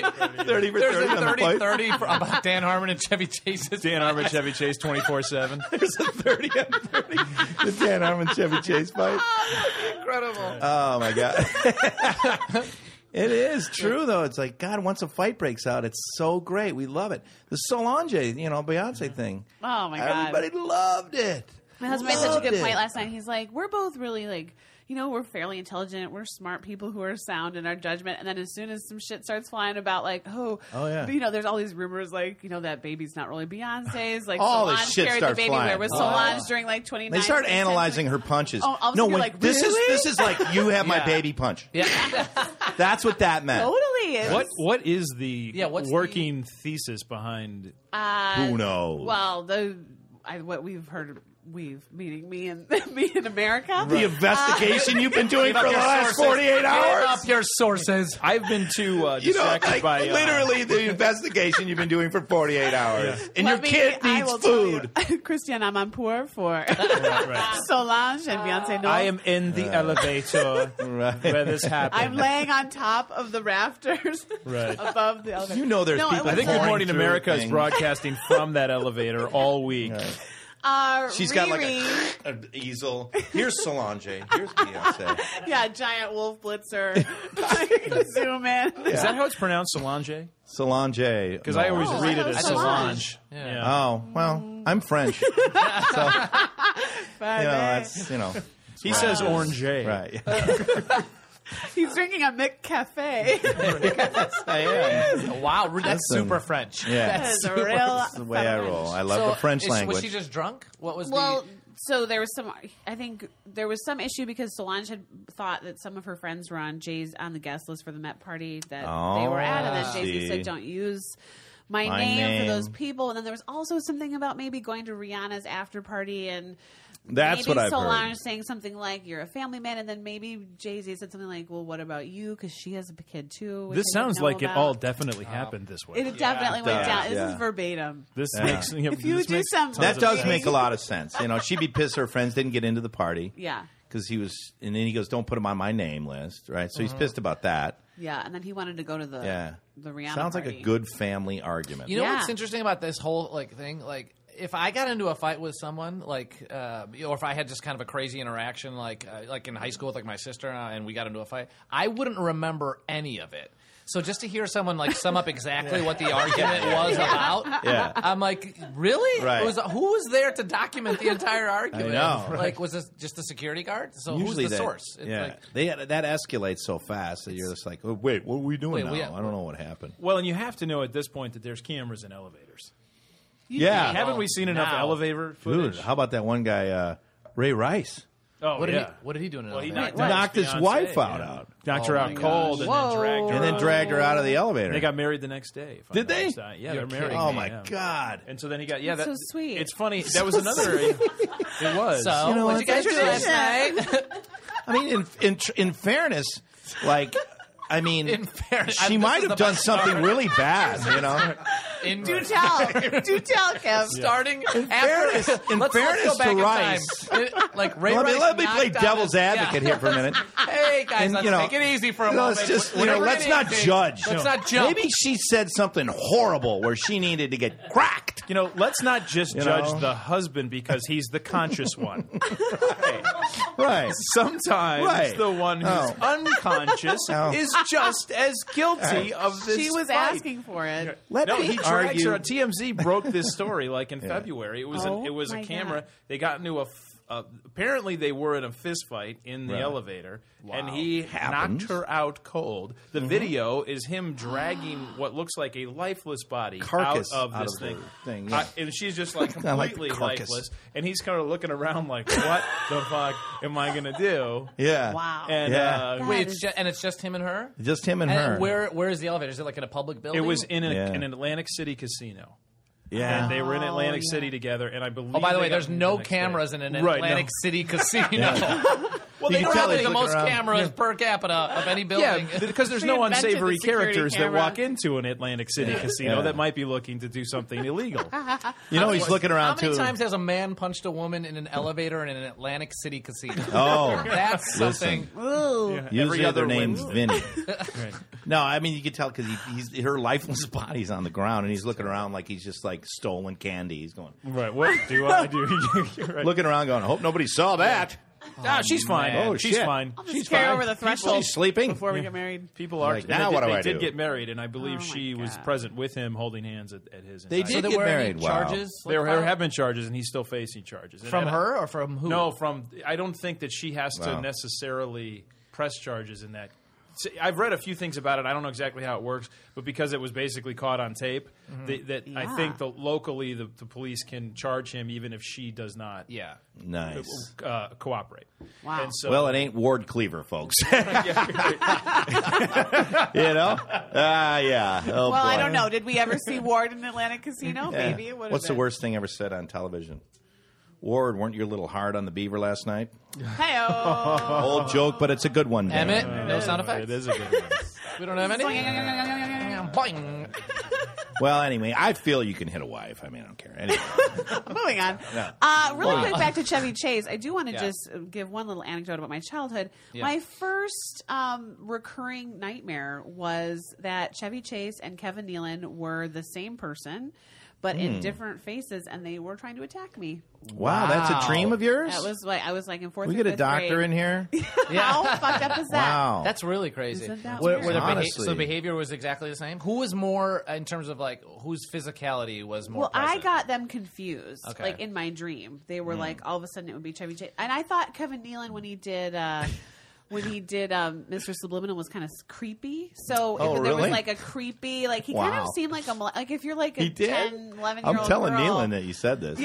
S2: Thirty for
S5: There's
S2: thirty
S5: a
S2: on the
S5: 30
S2: fight.
S5: 30 for, about Dan Harmon and Chevy Chase's.
S4: Dan Harmon, Chevy Chase, twenty four seven.
S2: There's a thirty on thirty. Oh, The Dan Harmon Chevy Chase fight.
S5: Incredible.
S2: Oh my god. Oh, it is true though. It's like God. Once a fight breaks out, it's so great. We love it. The Solange, you know, Beyonce thing.
S1: Oh, my God.
S2: Everybody loved it.
S1: My husband had such a
S2: Loved
S1: good
S2: it.
S1: point last night. He's like, we're both really like, you know, we're fairly intelligent. We're smart people who are sound in our judgment. And then as soon as some shit starts flying about, like, oh,
S2: Oh, yeah.
S1: you know, there's all these rumors, like, you know, that baby's not really Beyonce's. Like,
S2: All this
S1: Solange
S2: shit
S1: carried the
S2: starts
S1: baby.
S2: flying.
S1: Where was
S2: Oh.
S1: Solange during like 29?
S2: They start analyzing her punches.
S1: Oh, I was
S2: no,
S1: gonna be
S2: when,
S1: like,
S2: this
S1: really?
S2: is this is like you have my
S4: Yeah.
S2: baby punch.
S5: Yeah.
S2: That's what that meant.
S1: Totally. It
S4: What
S1: was-
S4: what is the
S5: Yeah, what's
S4: working thesis behind?
S1: Uh,
S2: Who knows?
S1: Well, the I, what we've heard, we've meaning me and me in America.
S2: the
S1: uh,
S2: investigation you've been doing for the
S5: your
S2: last
S5: sources.
S2: forty eight
S5: Give
S2: hours.
S5: up your sources.
S4: I've been too uh,
S2: You know,
S4: distracted
S2: like,
S4: by uh,
S2: literally the investigation you've been doing for 48 hours. And
S1: Let
S2: your
S1: me-
S2: kid
S1: I
S2: needs
S1: will tell you.
S2: food.
S1: Christian Amanpour for
S4: Right, right.
S1: Solange and Beyonce. Knowles.
S4: I am in the elevator
S2: Right.
S4: where this happened.
S1: I'm laying on top of the rafters
S4: Right.
S1: above the elevator.
S2: You know there's
S1: no, it
S2: people
S4: I
S1: was
S4: think
S1: a-
S4: Good
S2: Pouring
S4: Morning
S2: through
S4: America is
S2: things.
S4: broadcasting from that elevator all week.
S1: uh,
S2: She's got like a,
S1: Riri-
S2: an easel. Here's Solange. Here's Beyonce.
S1: yeah, giant wolf blitzer. Zoom in.
S4: Is that how it's pronounced, Solange?
S2: Solange. Because
S4: Because I always
S1: Oh, I
S4: read it
S1: thought
S4: as
S1: Solange.
S4: Solange.
S5: Yeah.
S2: Oh, well, I'm French. so, you know, that's, you know,
S4: He says orange.
S2: right.
S1: He's drinking a Mick Cafe.
S2: I am.
S5: Wow, that's super French.
S2: Yeah.
S1: That is a real
S2: That's the way I roll. I love
S5: So,
S2: the French
S5: is-
S2: language.
S5: Was she just drunk? What was
S1: Well,
S5: the?
S1: so there was some. I think there was some issue because Solange had thought that some of her friends were on Jay's on the guest list for the Met party that they were at, and
S2: Oh,
S1: then Jay Z
S2: see.
S1: said, "Don't use." My,
S2: My
S1: name,
S2: name.
S1: for those people, and then there was also something about maybe going to Rihanna's after party, and
S2: That's
S1: maybe
S2: what I've
S1: Solange
S2: heard.
S1: saying something like "You're a family man," and then maybe Jay Z said something like, "Well, what about you?" Because she has a kid too. which
S4: This
S1: I didn't
S4: sounds
S1: know
S4: like it
S1: about.
S4: all definitely happened this way.
S1: It definitely
S2: does,
S1: went down. This
S2: yeah.
S1: is verbatim.
S4: this
S2: Yeah.
S4: makes you know,
S1: If you
S4: this
S1: do
S4: makes
S1: something-
S4: tons
S2: that
S4: of
S2: does
S4: sense.
S2: make a lot of sense. You know, she'd be pissed her friends didn't get into the party.
S1: Yeah.
S2: Because he was, and then he goes, don't put him on my name list, right? So he's pissed about that.
S1: Yeah, and then he wanted to go to the
S2: Yeah.
S1: the Rihanna.
S2: Sounds like
S1: party.
S2: a good family argument.
S5: You know
S1: Yeah.
S5: what's interesting about this whole like thing? Like if I got into a fight with someone, like, uh, or if I had just kind of a crazy interaction, like, uh, like in high school with like my sister, uh, and we got into a fight, I wouldn't remember any of it. So just to hear someone like sum up exactly what the argument was about,
S2: Yeah.
S5: I'm like, really?
S2: Right.
S5: It was- who was there to document the entire argument?
S2: know, right.
S5: Like, was this just the security guard? So who's the
S2: that-
S5: source? It's
S2: yeah,
S5: like,
S2: they that escalates so fast that you're just like, oh, wait, what are we doing
S5: Wait,
S2: now?
S5: we-
S2: I don't know what happened.
S4: Well, and you have to know at this point that there's cameras in elevators.
S2: yeah,
S4: Haven't we seen enough
S5: now.
S4: elevator
S2: dude,
S4: footage?
S2: how about that one guy, uh, Ray Rice,
S4: oh,
S5: what did
S4: yeah.
S5: he? What did he do in an
S4: Well, he
S5: elevator?
S4: knocked,
S1: What?
S2: knocked his
S4: fiancée,
S2: wife
S4: yeah.
S2: out, out,
S4: Knocked
S5: Oh
S4: her
S5: my
S4: out
S5: gosh.
S4: cold and
S1: Whoa.
S4: then dragged her
S2: and then
S4: out.
S2: dragged her out of the elevator.
S4: They got married the next day. if I
S2: Did they?
S4: understand. Yeah,
S5: You're
S4: they're married.
S5: kidding
S2: oh
S5: me,
S2: my
S4: yeah.
S2: god!
S4: And so then he got yeah.
S1: That's
S4: that,
S1: so sweet.
S4: It's funny. That was another. it was.
S5: So,
S2: know
S5: what
S2: what?
S5: you guys do
S1: That's
S5: last night?
S2: I mean, in in, tr- in fairness, like, I mean,
S5: In fairness,
S2: she
S5: I- this
S2: might
S5: is
S2: have
S5: the
S2: done
S5: best
S2: something
S5: part.
S2: really bad, you know.
S5: In,
S1: Do tell. Do tell, Kev.
S5: starting in
S2: fairness- in fairness to Rice.
S5: like Ray
S2: Let me,
S5: Rice
S2: let me
S5: knocked
S2: play
S5: out
S2: devil's
S5: his- yeah.
S2: advocate here for a minute.
S5: Hey guys,
S2: And,
S5: let's
S2: you know,
S5: take it easy for a moment.
S2: Let's just, you know,
S5: Whatever
S2: let's
S5: it
S2: not
S5: is,
S2: judge.
S5: Let's not judge.
S2: Maybe she said something horrible where she needed to get cracked.
S4: You know, let's not just
S2: You
S4: judge
S2: know?
S4: the husband because he's the conscious one.
S2: Right.
S4: Sometimes
S2: Right.
S4: the one who's
S2: Oh.
S4: unconscious
S2: Oh.
S4: is just as guilty of this.
S1: She was
S4: fight.
S1: asking for it.
S2: Let
S4: No,
S2: me
S4: he drags
S2: argue.
S4: her. TMZ broke this story like in February. It was
S1: Oh,
S4: an, it was a
S1: my
S4: camera.
S1: God.
S4: They got into a. f- Uh, apparently, they were in a fist fight in the
S2: Right.
S4: elevator, and he
S2: Happens. Mm-hmm.
S4: knocked her out cold. The video is him dragging what looks like a lifeless body
S2: Carcass
S4: out of
S2: out
S4: this
S2: of the
S4: thing,
S2: thing, yeah.
S4: Uh, and she's just like
S2: I like the
S4: completely
S2: carcass.
S4: lifeless. And he's kind of looking around like, "What the fuck am I gonna do?"
S2: Yeah.
S1: Wow.
S4: And
S2: Yeah.
S4: uh,
S1: That
S5: Wait, it's
S1: is-
S5: ju- and it's just him and her.
S2: Just him and,
S5: And
S2: her.
S5: where where is the elevator? Is it like in a public building?
S4: it was in a,
S2: Yeah.
S4: an Atlantic City casino.
S2: yeah.
S4: and they were in Atlantic
S1: yeah.
S4: City together. And I believe.
S5: Oh, by the
S4: they
S5: way,
S4: got
S5: there's
S4: married
S5: no
S4: the next day.
S5: cameras in an
S4: Right,
S5: Atlantic
S4: no.
S5: City casino. well,
S2: You
S5: they
S2: can
S5: don't
S2: tell
S5: have
S2: he's looking
S5: the most
S2: around.
S5: cameras per capita of any building.
S4: Yeah, because there's
S1: She
S4: no
S1: invented
S4: unsavory
S1: the security
S4: characters
S1: camera.
S4: that walk into an Atlantic City casino
S2: Yeah.
S4: that might be looking to do something illegal.
S2: you know, he's looking
S5: How
S2: around
S5: many
S2: too.
S5: times has a man punched a woman in an elevator in an Atlantic City casino?
S2: Oh,
S5: That's something.
S1: Ooh.
S2: usually
S4: other
S2: their name's
S4: Wednesday.
S2: Vinny.
S4: Right.
S2: No, I mean you could tell because he, he's her lifeless body's on the ground and he's looking around like he's just like stolen candy. He's going
S4: Right. What do I do? You're right.
S2: looking around, going, "Hope nobody saw that."
S4: Ah, she's fine.
S5: man.
S4: Oh, she's
S2: shit.
S4: fine.
S1: I'll just carry over the threshold
S2: She's sleeping.
S1: before we get married.
S4: People are
S2: Like,
S4: and
S2: now
S4: they,
S2: what do
S4: they
S2: I
S4: did
S2: do?
S4: get married, and I believe
S1: Oh,
S4: she
S1: my
S4: was
S1: God.
S4: present with him, holding hands at, at his.
S2: They
S5: So
S2: did
S4: indictment.
S5: there
S2: get
S5: were
S2: married.
S5: any
S2: Wow.
S5: charges? like,
S4: There
S5: filed?
S4: there have been charges, and he's still facing charges And
S5: from
S4: I-
S5: her or from who?
S4: No, from I don't think that she has
S2: Wow.
S4: to necessarily press charges in that. See, I've read a few things about it. I don't know exactly how it works, but because it was basically caught on tape,
S2: Mm-hmm.
S4: they, that I
S1: Yeah.
S4: think the, locally the, the police can charge him even if she does not
S5: Yeah.
S2: Nice.
S4: uh, cooperate.
S1: Wow.
S4: And so,
S2: Well, it ain't Ward Cleaver, folks. you know? Ah, yeah. Oh,
S1: Well, I
S2: boy.
S1: don't know. Did we ever see Ward in Atlantic Casino?
S2: Yeah.
S1: Maybe it would.
S2: What's the worst thing ever said on television? Ward, weren't you a little hard on the beaver last night?
S1: Heyo.
S2: Old joke, but it's a good one. Dan.
S5: Emmett, no sound
S4: it
S5: effects.
S4: is a good one.
S5: We don't have any. Boing.
S2: Well, anyway, I feel you can hit a wife. I mean, I don't care. Anyway,
S1: Moving on.
S2: Yeah.
S1: Uh, really quick back to Chevy Chase. I do want to
S5: Yeah.
S1: just give one little anecdote about my childhood.
S5: Yeah.
S1: My first um, recurring nightmare was that Chevy Chase and Kevin Nealon were the same person, but
S2: Hmm.
S1: in different faces, and they were trying to attack me.
S2: wow, that's a dream of yours?
S1: That was like I was like in fourth.
S2: we
S1: or
S2: get a
S1: fifth
S2: doctor
S1: grade.
S2: in here?
S1: How fucked up is that?
S2: Wow.
S5: That's really crazy.
S1: Isn't that
S5: Were-
S1: weird?
S5: were the beha-
S2: Oh. Honestly.
S5: so the behavior was exactly the same. Who was more uh, in terms of like whose physicality was more?
S1: Well, I
S5: present?
S1: got them confused.
S5: Okay.
S1: Like in my dream, they
S2: Hmm.
S1: were like all of a sudden it would be Chevy Chase, and I thought Kevin Nealon when he did. Uh, When he did um, Mr. Subliminal was kind of creepy, so
S2: Oh,
S1: if there was
S2: really?
S1: like a creepy, like he kind
S2: Wow.
S1: of seemed like a mole- like if you're like a
S2: He did?
S1: 10, 11 year
S2: I'm
S1: old
S2: telling
S1: girl,
S2: Nealon that you said this.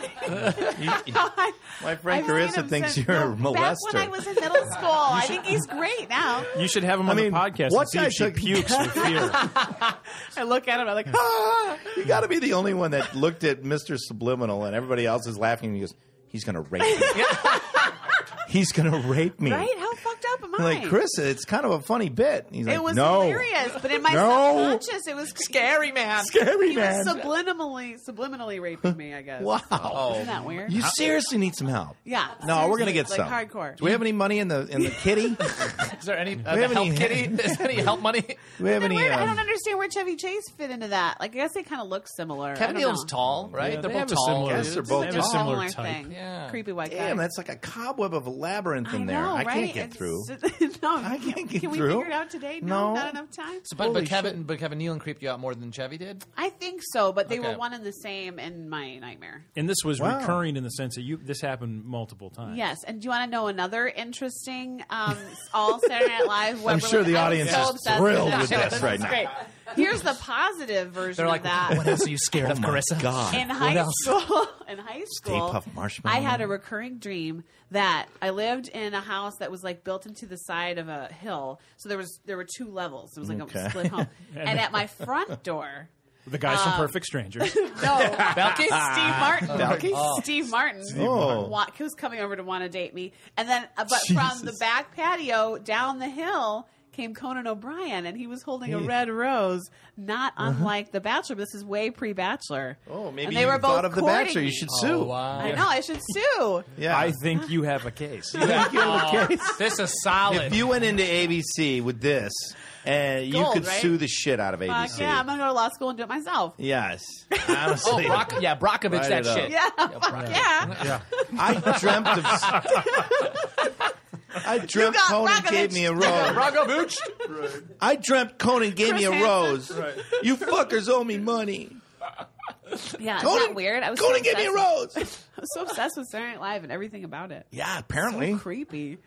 S2: My friend
S1: I've seen
S2: Carissa
S1: him
S2: thinks
S1: since-
S2: you're a
S1: no, Back when I
S2: molester.
S1: was in middle school, I think he's great now.
S4: You should have him on
S2: mean,
S4: the podcast
S2: what
S4: and see
S2: guy
S4: if she
S2: took-
S4: pukes with fear.
S1: I look at him, I'm like,
S2: Ah, you got to be the only one that looked at Mr. Subliminal and everybody else is laughing. And he goes, "He's going to rape me. He's going to rape me."
S1: right? How fucked up am time.
S2: I'm like Chris, it's kind of a funny bit. He's like,
S1: it was
S2: no,
S1: hilarious, but in my
S2: No.
S1: subconscious, it was cr-
S5: Scary man.
S2: scary
S1: He
S2: man.
S1: was subliminally subliminally raping me. I guess.
S2: wow,
S1: Isn't that weird?
S2: you seriously need some help.
S1: Oh. yeah.
S2: No, we're gonna
S1: seriously,
S2: get some
S1: like hardcore.
S2: Do we have any money in the in the kitty? Do
S5: Is there any uh,
S2: We have
S5: help
S2: any-
S5: kitty? Is there any help money?
S2: we have
S1: Then
S2: any?
S1: where- I
S2: um,
S1: don't understand where Chevy Chase fit into that. Like, I guess they kind of look similar.
S5: Kevin
S1: I don't
S5: Nealon's
S1: know.
S5: tall, right?
S4: Yeah,
S5: they're
S4: they
S5: both
S4: have a
S5: tall.
S4: similar-
S5: dudes.
S2: Yes, they're
S1: It's
S2: both
S1: like
S4: They have a
S1: a
S4: similar
S1: similar
S4: type.
S1: thing.
S5: Yeah.
S1: Creepy white guy.
S2: Damn, that's like a cobweb of a labyrinth in
S1: I
S2: there.
S1: know,
S2: I
S1: right?
S2: can't get
S1: It's-
S2: through.
S1: no,
S2: I can't get
S1: Can we
S2: through.
S1: figure it out today? No,
S2: No.
S1: not enough time.
S5: So, but, but
S2: Holy
S5: Kevin, but Kevin Nealon creeped you out more than Chevy did.
S1: I think so, but they
S5: Okay.
S1: were one and the same in my nightmare.
S4: And this was
S2: Wow.
S4: recurring in the sense that you this happened multiple times.
S1: Yes, and do you want to know another interesting um, all Saturday Night Live?
S2: I'm sure the
S1: I was
S2: audience
S1: so
S2: is
S1: obsessed
S2: thrilled
S1: that.
S2: with this
S1: It's
S2: right now.
S1: Great. Here's the positive version
S5: They're like,
S1: of that.
S5: what else are you scared of,
S2: Oh my
S5: Carissa?
S2: God.
S1: in high
S5: else?
S1: school in high school
S2: Puft Marshmallow.
S1: i had a recurring dream that i lived in a house that was like built into the side of a hill so there was there were two levels it was like
S2: Okay.
S1: a split home and at my front door
S4: The guys
S1: Um,
S4: from Perfect Strangers.
S1: no
S5: Belky?
S1: Steve Martin. Steve Martin.
S2: Oh. Martin.
S1: Wa- who's coming over to want to date me? And then, uh, but from the back patio down the hill came Conan O'Brien, and he was holding a red rose, not unlike The Bachelor. But this is way pre-Bachelor.
S2: Oh, maybe
S1: and they
S2: you
S1: were both
S2: thought of the
S1: courting
S2: Bachelor. You
S1: me.
S2: should
S5: Oh,
S2: sue.
S5: wow.
S1: I know. I should sue.
S2: Yeah.
S4: I think you have a case.
S1: Oh.
S5: This is solid.
S2: if you went into ABC with this, uh, you
S1: Gold,
S2: could
S1: right?
S2: sue the shit out of
S1: Fuck
S2: ABC.
S1: yeah! I'm gonna go to law school and do it myself.
S2: yes,
S5: oh,
S2: honestly,
S5: Brock, yeah, Brockovich,
S2: Write it
S5: that
S2: up.
S5: shit.
S1: Yeah, yeah.
S2: I dreamt of. I dreamt
S1: got
S2: Conan
S1: Brockovich.
S2: gave me a rose.
S5: Brockovich.
S2: I dreamt Conan gave me a
S1: Chris
S2: rose. You fuckers owe me money.
S1: Yeah, it's
S2: Conan,
S1: not weird. I was
S2: Conan
S1: so
S2: gave me a
S1: obsessed-
S2: rose.
S1: I was so obsessed with Saturday Night Live and everything about it.
S2: yeah, apparently.
S1: Creepy.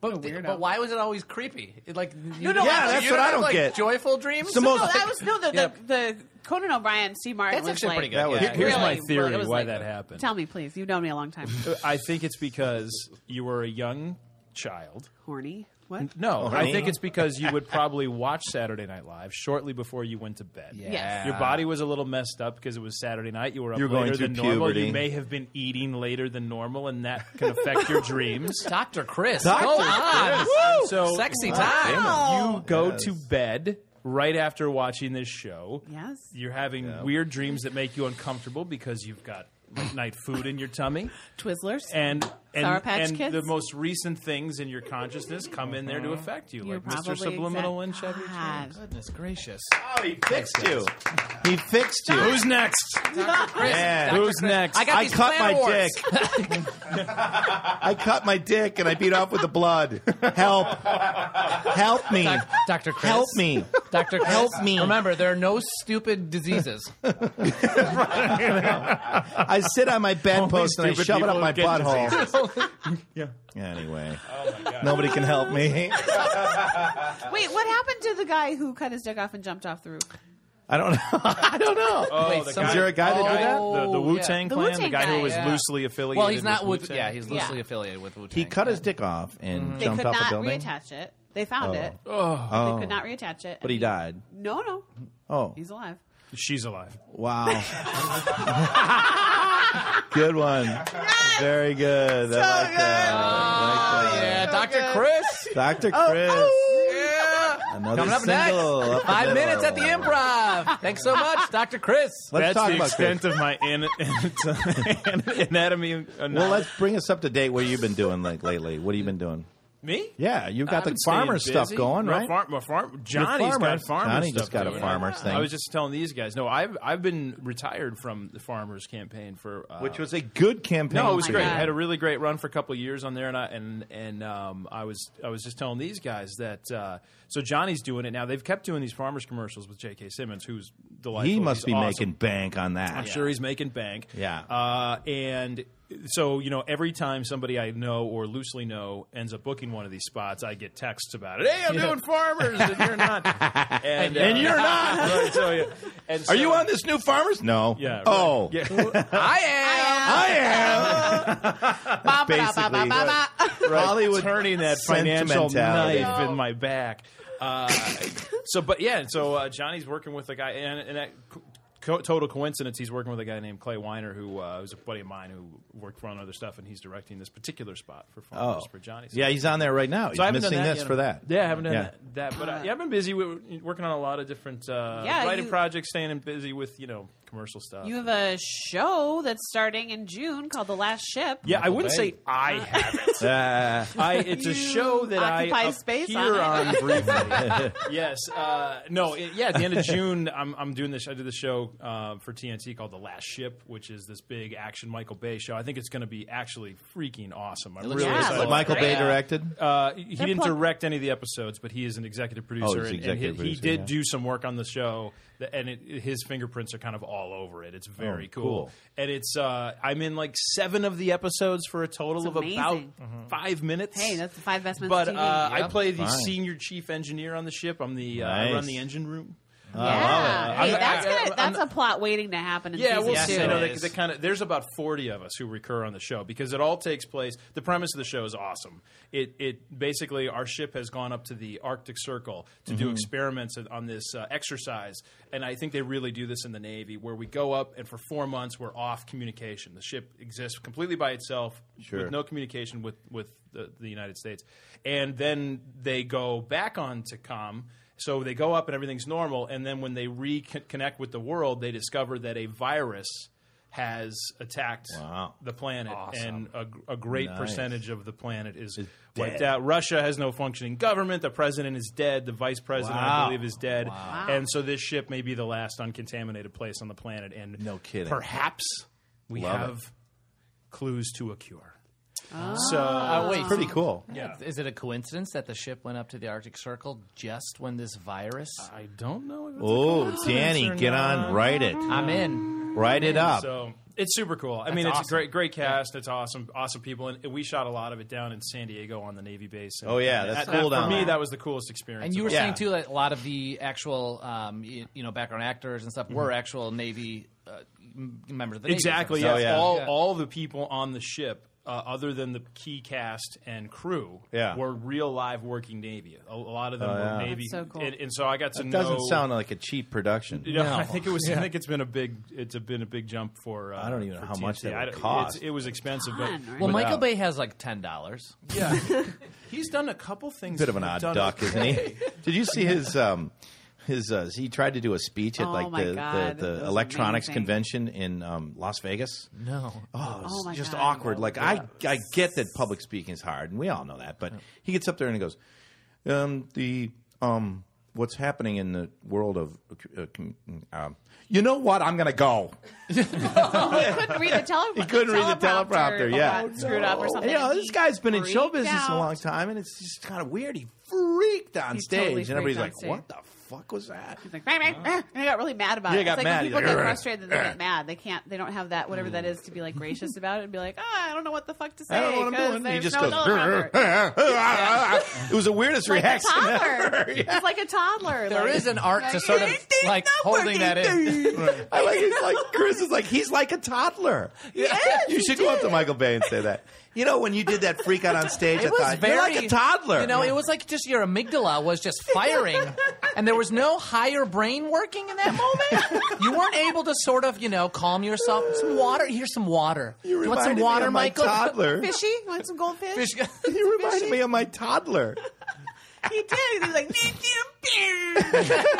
S5: But,
S1: weirdo.
S5: but why was it always creepy? It, like, you,
S1: no, Yeah, I-
S2: that's
S5: you
S2: what I
S5: have,
S2: don't
S5: like,
S2: get.
S5: Joyful dreams.
S2: the most-
S1: No, that was no the,
S5: Yeah.
S1: the, the Conan O'Brien, Steve Martin.
S5: That's
S1: was
S5: actually
S1: like,
S5: pretty good.
S2: That was-
S5: yeah.
S2: Here's
S1: really
S4: my
S1: what-
S4: theory
S1: it was
S4: why
S1: like-
S4: that happened.
S1: Tell me, please. You've known me a long time.
S4: I think it's because you were a young child.
S1: Horny. What?
S4: No,
S2: really?
S4: I think it's because you would probably watch Saturday Night Live shortly before you went to bed.
S1: Yes.
S4: Your body was a little messed up because it was Saturday night. You were up
S2: You were going
S4: later
S2: through
S4: than normal.
S2: puberty.
S4: You may have been eating later than normal, and that can affect your dreams.
S5: Dr. Chris.
S2: Dr.
S5: Go on.
S4: So
S2: Oh,
S5: Sexy time.
S4: you go to bed right after watching this show.
S1: Yes.
S4: You're having weird dreams that make you uncomfortable because you've got late night food in your tummy.
S1: Twizzlers.
S4: And and,
S1: Sour Patch
S4: and
S1: Kids?
S4: the most recent things in your consciousness come in there to
S2: Uh-huh.
S4: affect you,
S1: You're
S4: like Mr.
S1: probably
S4: Subliminal
S1: exact-
S4: and Chevy Chase.
S1: God.
S5: Goodness gracious.
S2: Oh, he fixed you. He fixed you.
S4: Who's next?
S5: Chris,
S2: Yeah.
S5: Dr.
S4: Who's
S5: Chris.
S4: next?
S5: I got
S2: I
S5: these
S2: cut
S5: plan
S2: my
S5: awards.
S2: dick. I cut my dick and I beat off with the blood. Help. Help me.
S5: Doc- Dr. Chris.
S2: Help me.
S5: Dr. Chris.
S2: Help me.
S5: Remember, there are no stupid diseases.
S2: I sit on my bedpost and I
S4: stupid
S2: shove it up
S4: people
S2: my
S4: get
S2: butthole. Anyway. Nobody can help me.
S1: Wait, what happened to the guy who cut his dick off and jumped off the roof?
S2: I don't know. I don't know.
S4: Oh,
S5: Wait,
S4: the
S5: some-
S4: guy-
S2: Is there a guy that did that?
S5: Oh,
S4: The, the Wu
S5: yeah.
S4: Tang
S1: The
S4: Clan, the
S1: Wu-Tang
S4: guy,
S1: guy,
S4: who was
S1: yeah.
S4: loosely affiliated.
S5: Well, he's not
S4: with,
S5: with.
S4: Wu-Tang.
S5: Yeah, he's
S1: Yeah.
S5: loosely affiliated with Wu Tang.
S2: He cut his dick off and
S1: Mm-hmm. They
S2: jumped
S1: could
S2: off
S1: not
S2: a building.
S1: reattach it. They found it.
S4: Oh.
S1: They could not reattach it.
S2: But he died.
S1: No, no.
S2: Oh.
S1: He's alive.
S4: She's alive.
S2: Wow. good one. Very good. I like that. I like that.
S5: Oh, Yeah, oh. Dr. Chris.
S2: Dr. Chris. Another
S5: Coming up
S2: single.
S5: next,
S2: up the
S5: five
S2: middle.
S5: minutes at the improv. Thanks so much, Dr. Chris.
S2: Let's
S4: That's
S2: talk
S4: the
S2: about
S4: extent
S2: Chris.
S4: of my an- anatomy. of- uh,
S2: Well, let's bring us up to date. What have you been doing like lately? What have you been doing?
S4: me.
S2: Yeah, you've got
S4: I've been
S2: the farmer
S4: staying
S2: stuff
S4: busy.
S2: going,
S4: My
S2: right?
S4: Farm, my farm, Johnny's
S2: farmer.
S4: got farmer
S2: Johnny
S4: stuff
S2: just got a
S4: going.
S2: farmer's thing.
S4: I was just telling these guys. No, I've I've been retired from the farmers campaign for uh,
S2: Which was a good campaign.
S4: No, it was
S1: Oh my
S4: great.
S1: God.
S4: I had a really great run for a couple of years on there, and I and and um, I was I was just telling these guys that uh, so Johnny's doing it now. They've kept doing these farmers commercials with J.K. Simmons, who's delightful.
S2: He must
S4: He's
S2: be
S4: awesome.
S2: making bank on that.
S4: I'm sure he's making bank.
S2: Yeah.
S4: Uh, and so you know, every time somebody I know or loosely know ends up booking one of these spots, I get texts about it. Hey, I'm doing farmers, and you're not, and, uh,
S2: And you're not.
S4: Right, so, yeah. and
S2: Are
S4: so-
S2: you on this new farmers? No.
S4: Yeah. right.
S2: Oh,
S4: Yeah.
S5: I am.
S2: I am.
S1: Ba, ba, da, ba, ba,
S2: basically-
S1: ba, ba.
S2: Hollywood
S4: turning that financial
S2: sentimentality.
S4: knife in my back. Uh, so, but yeah, so uh, Johnny's working with a guy, and, and that c- co- total coincidence, he's working with a guy named Clay Weiner, who uh, was a buddy of mine who worked on other stuff, and he's directing this particular spot for Farmers for Johnny.
S2: Yeah, he's on there right now. He's
S4: So I haven't done
S2: missing
S4: that
S2: this
S4: yet.
S2: for that.
S4: Yeah, I haven't done
S2: Yeah.
S4: that. that. But uh, yeah, I've been busy with, working on a lot of different uh,
S1: Yeah,
S4: writing
S1: you-
S4: projects, staying in busy with you know commercial stuff.
S1: You have a show that's starting in June called The Last Ship.
S4: yeah, I wouldn't
S2: Bay.
S4: say I have it.
S2: Uh,
S4: I, it's a
S1: You
S4: show that I
S1: occupy space
S4: appear
S1: on
S4: on briefly. yes. Uh, no. It, yeah. At the end of June, I'm, I'm doing this. I did the show uh, for TNT called The Last Ship, which is this big action Michael Bay show. I think it's going to be actually freaking awesome. I'm really
S5: looks
S1: great.
S4: excited.
S1: Yeah, it looks
S2: Michael Bay
S1: great.
S2: directed.
S4: Uh, he didn't
S1: plug-
S4: direct any of the episodes, but he is an executive producer, and- and,
S2: executive
S4: he, he
S2: producer,
S4: did
S2: yeah.
S4: do some work on the show, that- and it, his fingerprints are kind of all over it. It's very
S2: Oh,
S4: cool.
S2: cool.
S4: and it's uh, I'm in like seven of the episodes for a total
S1: That's
S4: of about
S1: amazing.
S4: five minutes.
S1: Hey, that's the five best minutes
S4: but
S1: of TV.
S4: uh, I
S5: Yep.
S4: play the
S2: Fine.
S4: senior chief engineer on the ship. I'm the uh, I
S2: Nice.
S4: run the engine room.
S2: Oh,
S1: yeah.
S4: I'm-
S1: Hey, that's
S4: I- I-
S1: gonna,
S4: I'm-
S1: that's a plot waiting to happen in
S4: Yeah,
S1: season
S4: we'll
S5: Yes,
S4: see.
S1: two.
S4: You know,
S5: it
S4: they,
S5: is.
S4: they kind of there's about forty of us who recur on the show because it all takes place. The premise of the show is awesome. It it basically our ship has gone up to the Arctic Circle to
S2: Mm-hmm.
S4: do experiments on- on this uh, exercise, and I think they really do this in the Navy where we go up and for four months we're off communication. The ship exists completely by itself
S2: Sure.
S4: with no communication with with the, the United States, and then they go back on to com. So they go up and everything's normal, and then when they reconnect with the world, they discover that a virus has attacked
S2: Wow.
S4: the planet, and a, a great
S2: Nice.
S4: percentage of the planet is,
S2: dead.
S4: wiped out. Russia has no functioning government. The president is dead. The vice president,
S2: Wow.
S4: I believe, is dead. And so this ship may be the last uncontaminated place on the planet. And
S2: No kidding.
S4: perhaps we
S2: Love it.
S4: have clues to a cure.
S5: Ah.
S4: So uh,
S5: wait,
S2: Pretty cool.
S4: yeah.
S5: Is it a coincidence that the ship went up to the Arctic Circle just when this virus?
S4: I don't know. If it's a
S2: Oh,
S4: coincidence
S2: Danny,
S4: or
S2: get
S4: not.
S2: on, write it,
S5: I'm in.
S2: write it up.
S4: So it's super cool. I mean, it's
S5: awesome.
S4: a great, great cast. It's awesome, awesome people, and we shot a lot of it down in San Diego on the Navy base. And-
S2: Oh, yeah,
S4: and
S2: that's
S4: that- that-
S2: cool down
S4: For me,
S2: there.
S4: that was the coolest experience.
S5: And you were
S4: of it.
S5: saying too that a lot of the actual, um, you, you know, background actors and stuff were
S2: Mm-hmm.
S5: actual Navy uh, m- members of the Navy.
S4: exactly.
S2: Oh,
S4: Yes.
S2: yeah.
S4: All
S5: Yeah.
S4: all the people on the ship. Uh, other than the key cast and crew,
S2: Yeah. Oh,
S4: were real live working Navy. A, a lot of them were
S2: yeah.
S4: Navy,
S1: That's so cool.
S4: and, and so I got to
S2: It
S4: know.
S2: doesn't sound like a cheap production.
S4: You know, I think it was. I think it's been a big. It's a, been a big jump for. Uh,
S2: I don't even know
S4: for
S2: how much
S4: TNT.
S2: that
S4: I
S2: would
S4: don't-
S2: cost.
S4: It's, it was expensive, but uh,
S1: Fun, right?
S5: Well, Michael
S2: Without-
S5: Bay has like ten dollars.
S4: Yeah, he's done a couple things.
S2: Bit of an
S4: he's
S2: odd
S4: done
S2: duck, isn't he? Did you see his um, his uh, he tried to do a speech at
S1: Oh,
S2: like
S1: my
S2: the,
S1: God,
S2: the,
S1: that
S2: the
S1: was
S2: electronics
S1: amazing.
S2: convention in um, Las Vegas?
S5: No,
S2: Oh, it's
S1: Oh, my
S2: just
S1: God.
S2: awkward. Like I, I get that public speaking is hard, and we all know that. But he gets up there and he goes, um, "The um, what's happening in the world of uh, com- um, you know what? I'm gonna go."
S1: he couldn't read the tele-
S2: He couldn't read the teleprompter. Yeah,
S1: screwed up or something.
S2: You know,
S1: and
S2: this
S1: he
S2: guy's been in show
S1: freaked
S2: business a
S1: out.
S2: long time, and it's just kind of weird. He freaked on
S1: He's
S2: stage,
S1: totally freaked
S2: and everybody's
S1: on
S2: like,
S1: stage.
S2: "What the fuck was that?"
S1: He's like, "Bang, bang, eh," and I got really mad about
S2: Yeah,
S1: it.
S2: he got
S1: it's like
S2: mad.
S1: when
S2: He's
S1: people
S2: like,
S1: get
S2: "Grr,
S1: frustrated, they get mad. They can't. They don't have that whatever that is to be like gracious about it and be like, oh, I don't know what the fuck to say.
S2: I don't know what
S1: 'cause
S2: I'm doing. He
S1: there's
S2: just
S1: no
S2: goes.
S1: teleprompter."
S2: It was the weirdest
S1: Like a
S2: reaction.
S1: toddler. It's like a toddler.
S5: there
S1: like,
S5: is an art to sort of like holding that in.
S2: I like he's like Chris is like he's like a toddler. you should go up to Michael Bay and say that. You know when you did that freak out on stage, I
S5: It was
S2: thought
S5: very
S2: you're like a toddler.
S5: You know, it was like just your amygdala was just firing, and there was no higher brain working in that moment. You weren't able to sort of, you know, calm yourself. Some water. Here's some water.
S2: you
S5: want some
S2: reminded
S5: water,
S2: me of
S5: Michael?
S2: my toddler.
S1: fishy. Want some goldfish?
S2: You reminded me of my toddler.
S1: He did. He was like,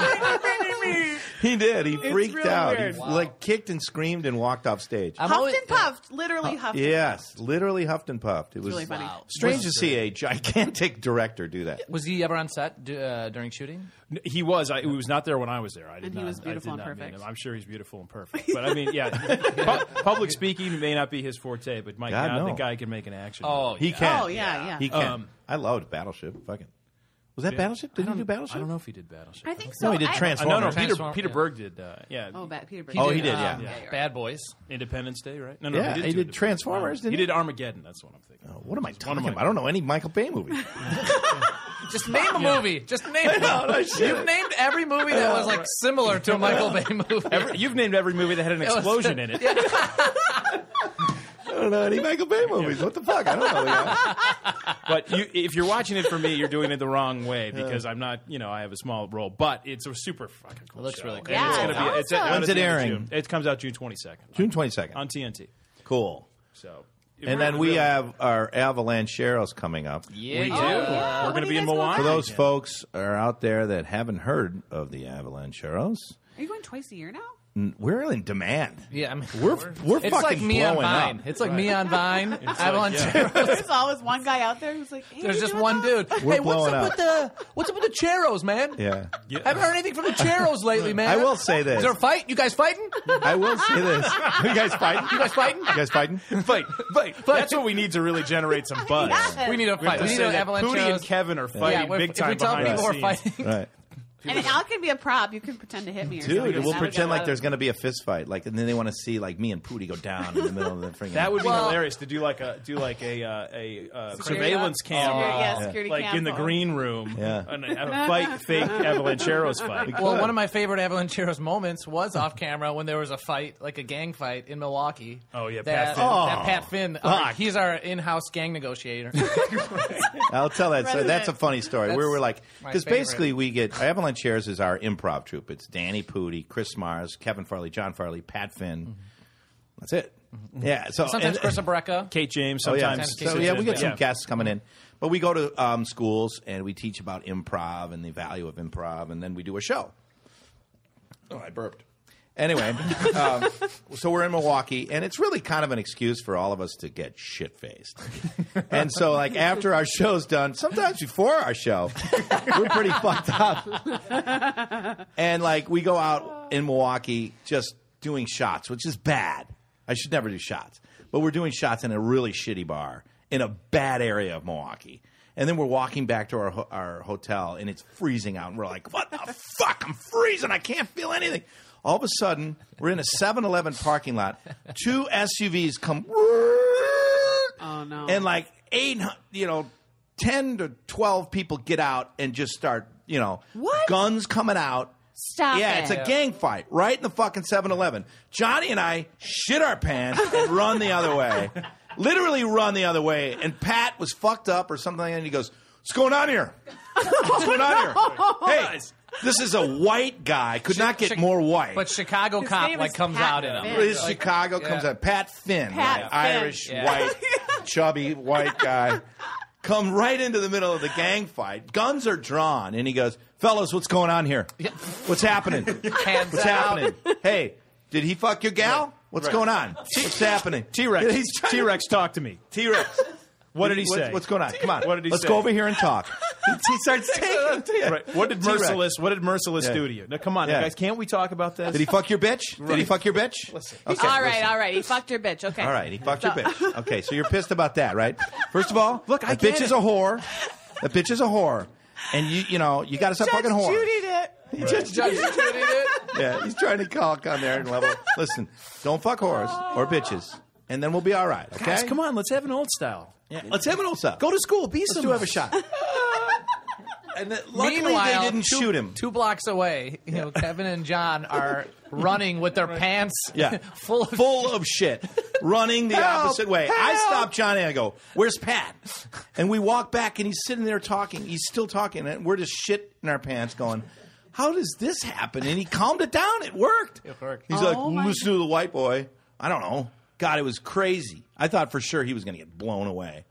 S1: "Huffed
S2: He did. He freaked
S1: really
S2: out.
S1: weird.
S2: He
S1: Wow.
S2: like kicked and screamed and walked off stage.
S5: I'm always-
S1: and puffed. Literally
S2: Oh,
S1: huffed. and
S2: yes, literally huffed and puffed. It was
S1: really funny.
S5: Wow.
S2: strange to see a gigantic director do that.
S5: Was he ever on set d- uh, during shooting?
S4: He was. I, he was not there when I was there. I did
S1: And he
S4: not,
S1: was
S4: I
S1: beautiful
S4: did
S1: and
S4: not meet
S1: perfect.
S4: him. I'm sure he's beautiful and perfect. But I mean, yeah, pu- public speaking may not be his forte, but my
S2: God,
S4: God,
S2: no.
S4: the guy can make an action.
S2: He can.
S1: Oh yeah, yeah.
S2: He can.
S4: Um,
S2: I loved Battleship. Fucking was that Battleship? Did he do Battleship?
S4: I don't know if he did Battleship.
S1: I think so.
S2: No, he did
S1: I-
S4: Uh, no, no,
S2: Transformers.
S4: Peter,
S5: Transform-
S4: Peter
S5: yeah.
S4: Berg did. Uh, yeah,
S1: Oh, Bat Peter.
S2: Oh, he did,
S5: uh,
S2: yeah.
S5: Bad Boys.
S4: Independence Day, right? No, no,
S2: Yeah, he
S4: he did, do
S2: did
S4: Independence
S2: Transformers,
S4: Day.
S2: didn't
S4: he
S2: he?
S4: did Armageddon. That's what I'm thinking.
S2: Oh, What am I talking
S4: my-
S2: about? I don't know any Michael Bay movie.
S5: Just name a movie. Just name one. You've named every movie that was like similar to a Michael Bay movie.
S4: Every- you've named every movie that had an
S5: was-
S4: explosion in it.
S2: don't know any Michael Bay movies. What the fuck? I don't know. yeah.
S4: but you, if you're watching it for me, you're doing it the wrong way because I'm not, you know, I have a small role, but it's a super fucking cool.
S5: It looks
S4: show.
S5: really
S4: And
S5: cool.
S1: Yeah, it's
S4: it's gonna be. It's,
S1: awesome.
S4: out at
S2: When's
S4: the
S2: it
S4: end of
S2: airing?
S4: June. It comes out June 22nd
S2: June twenty second.
S4: on TNT.
S2: Cool.
S4: So,
S2: And then we have our Avalanche Cheros coming up.
S5: Oh, Yeah,
S4: We do.
S5: yeah.
S2: Oh.
S1: yeah.
S4: We're
S1: When
S4: going
S1: are
S4: to be
S1: you
S4: in
S1: guys going
S4: Milwaukee.
S2: For
S1: back?
S2: those folks are out there that haven't heard of the Avalanche Cheros,
S1: Are you going twice a year now?
S2: we're in demand.
S5: Yeah, I mean,
S2: We're we're
S5: it's
S2: fucking
S5: like me on
S2: blowing up.
S5: Vine. It's like me on Vine. Avalon
S4: yeah.
S5: Cheros.
S1: There's always one guy out there who's like, hey,
S5: There's
S1: you
S5: just
S1: doing
S5: one
S1: that?
S5: dude.
S2: We're
S5: hey, what's
S2: blowing
S5: up
S2: up.
S5: with the what's up with the Cheros, man?
S2: Yeah.
S4: Yeah.
S5: I haven't heard anything from the Cheros lately, man.
S2: I will say this.
S5: Is there a fight? You guys fighting? You
S2: I will say this. you guys fighting? You
S5: guys fighting?
S2: guys fighting?
S4: fight, fight. That's what we need to really generate some buzz.
S1: Yes.
S5: We need a
S4: We
S5: fight.
S4: have to
S5: We need
S4: say
S5: an
S4: that
S5: Avalanche
S4: Pootie and
S5: Cheros.
S4: Kevin are fighting
S5: if-
S4: big
S5: if
S4: time
S5: we tell
S4: behind
S5: people
S4: the
S5: we're
S4: scenes.
S5: fighting,
S2: Right.
S1: And Al can be a prop. You can pretend to hit me or something.
S2: Dude, we'll
S1: That would
S2: pretend
S1: be
S2: like
S1: fun.
S2: there's going to be a fist fight. Like, and then they want to see like me and Pooty go down in the middle of the freaking.
S4: That would be
S5: Well-
S4: hilarious to do like a do like a uh, a uh,
S1: Security
S4: surveillance
S1: cam-
S4: camera,
S1: Security- yeah, security
S4: like in the
S1: cam.
S4: green room,
S2: Yeah.
S4: and have a fight fake Avalancheros fight.
S5: Well,
S2: Good.
S5: one of my favorite Avalancheros moments was off camera when there was a fight, like a gang fight in Milwaukee.
S4: Oh, yeah,
S5: that,
S4: Pat Finn.
S5: that Pat Oh, Finn. our- he's our in-house gang negotiator.
S2: I'll tell that. So that's a funny story.
S5: That's
S2: we were like,
S5: my
S2: because
S5: favorite.
S2: basically we get Avalanche Chairs is our improv troupe. It's Danny Pooty, Chris Mars, Kevin Farley, John Farley, Pat Finn. That's it. Yeah. So
S5: Mm-hmm. Sometimes
S2: and-
S5: Chris Abreca.
S4: Kate James
S2: Oh, yeah.
S4: sometimes.
S2: So,
S5: Sometimes
S2: yeah, we got some
S4: Yeah.
S2: guests coming in. But we go to um, schools and we teach about improv and the value of improv, and then we do a show. Oh, I burped. Anyway, um, so we're in Milwaukee, and it's really kind of an excuse for all of us to get shit faced. and so, like, after our show's done, sometimes before our show, we're pretty fucked up. And, like, we go out in Milwaukee just doing shots, which is bad. I should never do shots, but we're doing shots in a really shitty bar in a bad area of Milwaukee. And then we're walking back to our, ho- our hotel, and it's freezing out. And we're like, what the fuck? I'm freezing. I can't feel anything. All of a sudden, we're in a 7 Eleven parking lot. Two SUVs come. Oh,
S1: no.
S2: And like eight, hun- you know, 10 to 12 people get out and just start, you know,
S1: What?
S2: guns coming out.
S1: Stop
S2: yeah,
S1: it.
S2: it's a gang fight right in the fucking 7 Eleven. Johnny and I shit our pants and run the other way. Literally run the other way. And Pat was fucked up or something like that. And he goes, What's going on here? What's going
S1: Oh,
S2: on here? Hey, this is a white guy. Could not get
S5: Chi-
S2: more white.
S5: But Chicago
S1: His
S5: cop
S1: name
S5: like
S1: is
S5: comes
S1: Pat
S5: out in
S1: Finn.
S5: him.
S2: His Chicago comes
S5: yeah.
S2: out. Pat Finn,
S1: Pat
S2: like,
S1: Finn.
S2: Irish,
S5: Yeah.
S2: white, chubby, white guy, come right into the middle of the gang fight. Guns are drawn, and he goes, "Fellas, what's going on here? What's happening?
S5: Hands
S2: what's
S5: out.
S2: happening? Hey, did he fuck your gal? What's going on? What's happening?
S4: T Rex. T Rex, talk to me.
S2: T Rex.
S4: What did he
S2: what's,
S4: say?
S2: What's going on? Come on.
S4: What did he
S2: Let's
S4: say?
S2: go over here and talk. He, he starts taking.
S4: Right. What did
S2: T-Rex.
S4: merciless? What did merciless
S2: Yeah.
S4: do to you? Now come on,
S2: Yeah.
S4: guys. Can't we talk about this?
S2: Did he fuck your bitch? Did he fuck your bitch? Okay,
S1: all right,
S2: listen.
S1: all right. He fucked your bitch. Okay.
S2: All right, he fucked your
S1: So-
S2: bitch. Okay, so you're pissed about that, right? First of all, look,
S4: I
S2: that bitch
S4: get
S2: is
S4: it.
S2: a whore. That bitch is a whore, and you you know you got to stop
S1: Judge
S2: fucking whore.
S1: Judy did.
S2: He just-
S5: Judge Judy did.
S2: yeah, he's trying to cock on there and level. Listen, don't fuck whores or bitches, and then we'll be all right. Okay,
S4: Guys, come on, let's have an old style.
S2: Yeah, let's have an old stuff.
S4: Go to school, be
S2: Let's
S4: some.
S2: do have a shot. and then, luckily,
S5: Meanwhile,
S2: they didn't
S5: two,
S2: shoot him.
S5: Two blocks away, you know, Kevin and John are running with their pants
S2: Yeah.
S5: full of
S2: full of shit, running the
S5: Help!
S2: opposite way. I
S5: Help!
S2: stop Johnny. I go, "Where's Pat?" And we walk back, and he's sitting there talking. He's still talking, and we're just shit in our pants, going, "How does this happen?" And he calmed it down. It worked.
S5: It worked.
S2: He's
S1: Oh, my-
S2: like, "Listen to the white boy." I don't know. God, it was crazy. I thought for sure he was going to get blown away.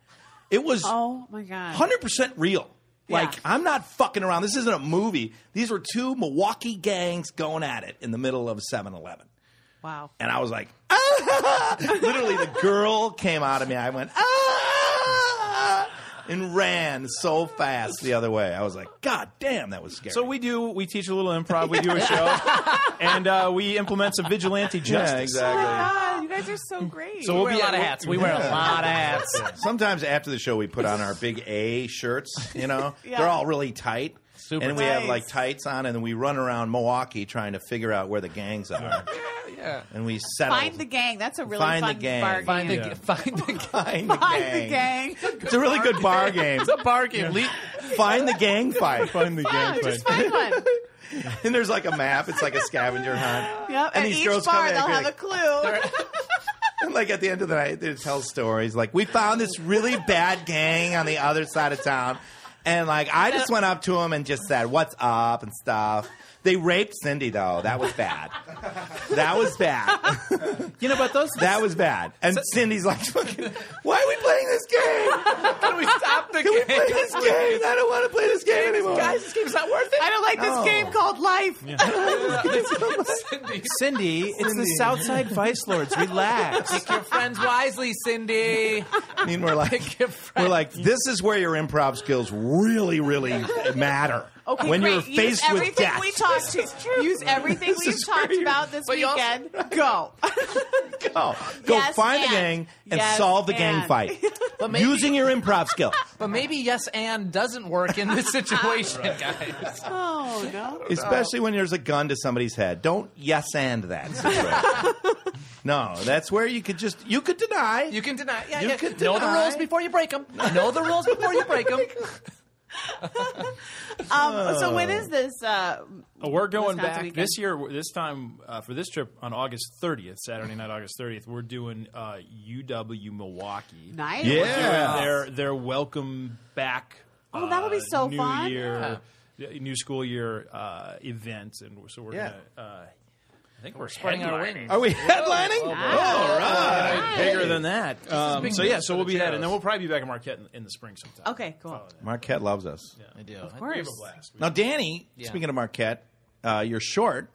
S2: It was
S1: Oh my god.
S2: hundred percent real. Like
S1: Yeah.
S2: I'm not fucking around. This isn't a movie. These were two Milwaukee gangs going at it in the middle of 7-Eleven.
S1: Wow.
S2: And I was like, ah! literally, the girl came out of me. I went, ah! and ran so fast the other way. I was like, God damn, that was scary.
S4: So we do. We teach a little improv. We do a show, and uh, we implement some vigilante justice.
S1: Oh my
S2: exactly.
S1: god. You guys are so great.
S5: We
S4: So-
S5: wear a lot of hats. We wear a lot of hats.
S2: Sometimes after the show, we put on our big A shirts. You know,
S1: Yeah.
S2: they're all really tight.
S5: Super
S2: and we have
S1: Nice.
S2: like tights on, and then we run around Milwaukee trying to figure out where the gangs are.
S5: Yeah.
S2: And we settle.
S1: find the gang. That's a really
S2: Find the
S1: fun
S2: gang.
S1: bar game.
S5: Find the
S4: Yeah.
S5: find the
S2: Find the gang.
S1: Find the gang.
S2: It's a really good bar game.
S5: it's a bargain. Le-
S2: Find the gang fight.
S4: Find the
S1: Yeah,
S4: gang
S1: just
S4: fight.
S1: find one.
S2: And there's like a map. It's like a scavenger hunt.
S1: Yep.
S2: And
S1: And
S2: these
S1: each
S2: girls come
S1: bar
S2: in,
S1: they'll
S2: they're
S1: have a
S2: like-
S1: clue.
S2: And like at the end of the night, they tell stories like we found this really bad gang on the other side of town, and like I just went up to them and just said what's up and stuff. They raped Cindy though. That was bad. That was bad.
S5: You know, but those
S2: That was bad. And Cindy's like, fucking, why are we playing this game?
S5: can we stop the
S2: Can we play this game? I don't want to play this game anymore.
S5: Guys, this game's not worth it.
S1: I don't like this
S2: No.
S1: game called life.
S5: Cindy,
S6: Cindy, it's the Southside Vice Lords. Relax.
S5: pick your friends wisely, Cindy.
S2: I mean, we're like,
S5: Pick your friends.
S2: We're like, this is where your improv skills really, really matter.
S1: Okay,
S2: when
S1: great.
S2: you're
S1: Use
S2: faced with
S1: everything
S2: death.
S1: we talked to. Use everything we've talked about this
S5: But you also-
S1: weekend.
S2: go
S1: Go.
S2: Oh, go
S1: Yes,
S2: find
S1: and.
S2: the gang and
S1: Yes,
S2: solve the
S1: and.
S2: gang fight using your improv skill.
S5: But maybe yes and doesn't work in this situation, guys.
S1: Oh no.
S2: Especially when there's a gun to somebody's head. Don't yes and that. situation. no, that's where you could just you could deny.
S5: You can deny. Yeah,
S2: You
S5: yeah.
S2: can
S5: know the
S2: deny.
S5: rules before you break them. Know the rules before you break them.
S1: Um, so when is this? Uh,
S4: Oh, we're going
S1: Wisconsin
S4: back
S1: weekend.
S4: this year. This time uh, for this trip on August 30th, Saturday night, August 30th. We're doing uh, UW Milwaukee.
S1: nice.
S2: Yeah.
S4: Their their welcome back.
S1: Oh, that'll be
S4: uh,
S1: so
S4: new
S1: fun.
S4: Year, New school year uh, event, and we're- so we're
S2: Yeah.
S4: gonna. Uh, I think we're
S5: Spreading our
S4: Oh,
S5: wings.
S2: Are we headlining? Oh. All right.
S4: bigger than that. Um,
S5: big
S4: so yeah,
S5: news
S4: so
S5: for
S4: we'll
S5: the
S4: be that, and
S5: shows.
S4: then we'll probably be back in Marquette in, in the spring sometime.
S1: Okay. Cool.
S5: Oh,
S2: Marquette loves us.
S5: I do. Of
S1: course.
S4: We have a blast.
S2: Now, Danny, speaking of Marquette, uh, you're short.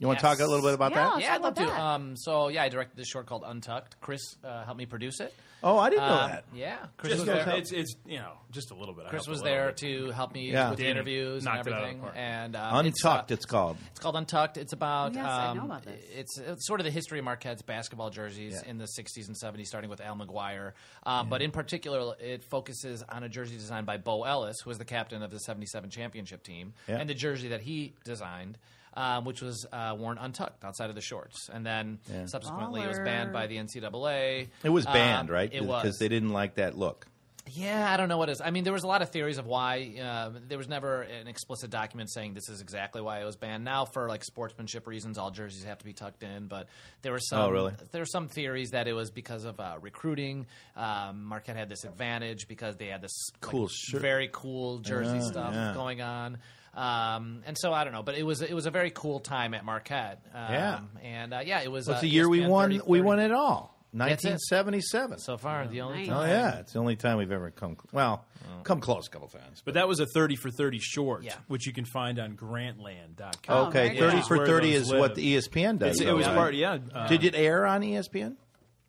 S2: You want
S5: Yes.
S2: to talk a little bit about
S1: Yeah.
S2: that?
S5: Yeah, I'd love
S1: Talk about
S5: to.
S1: that.
S5: Um, so yeah, I directed this short called Untucked. Chris uh, helped me produce it.
S2: Oh, I didn't know
S5: Um,
S2: that.
S5: yeah, Chris was
S4: Just there-
S5: there.
S4: it's it's you know just a little bit. I
S5: Chris
S4: helped a
S5: was
S4: little
S5: there
S4: bit.
S5: to help me
S2: Yeah.
S5: with the
S4: Did.
S5: interviews and
S4: Knocked it out of the
S5: everything.
S4: park.
S5: And uh,
S2: Untucked,
S5: It's, uh,
S2: it's called.
S5: It's called Untucked. It's about
S1: Yes, I know
S5: um,
S1: about this.
S5: It's, it's sort of the history of Marquette's basketball jerseys
S2: Yeah.
S5: in the '60s and '70s, starting with Al McGuire. Um, But in particular, it focuses on a jersey designed by Bo Ellis, who was the captain of the '77 championship team,
S2: Yeah.
S5: and the jersey that he designed. Um, which was uh, worn untucked outside of the shorts, and then subsequently it was banned by the NCAA.
S2: It was Uh,
S5: Um,
S2: banned, right?
S5: It was
S2: because they didn't like that look.
S5: yeah, I don't know what it is. I mean, there was a lot of theories of why. Uh, there was never an explicit document saying this is exactly why it was banned. Now, for like sportsmanship reasons, all jerseys have to be tucked in. But there were some.
S2: Oh, really?
S5: There were some theories that it was because of uh, recruiting. Um, Marquette had this advantage because they had this like,
S2: Cool shirt.
S5: very cool jersey
S2: Yeah,
S5: stuff
S2: yeah.
S5: going on. Um, and so I don't know, but it was it was a very cool time at Marquette. Um,
S2: Yeah.
S5: and uh, yeah, it was.
S2: Well, it's
S5: uh,
S2: the year we
S5: ESPN
S2: won.
S5: 30,
S2: We won it all.
S5: That's it.
S2: 1977.
S5: so far. The only
S1: Nice.
S5: time.
S2: oh yeah, it's the only time we've ever come. cl- Well, come close a couple times.
S4: But that was a 30 for 30 short,
S5: Yeah.
S4: which you can find on grantland.com.
S1: Oh,
S2: okay,
S1: very
S2: 30
S1: good.
S2: for
S4: Where
S2: 30
S4: those
S2: is
S4: live.
S2: what the E ESPN does.
S4: It's- it
S2: though,
S4: was
S2: right?
S4: part, yeah. uh,
S2: Did it air on E ESPN?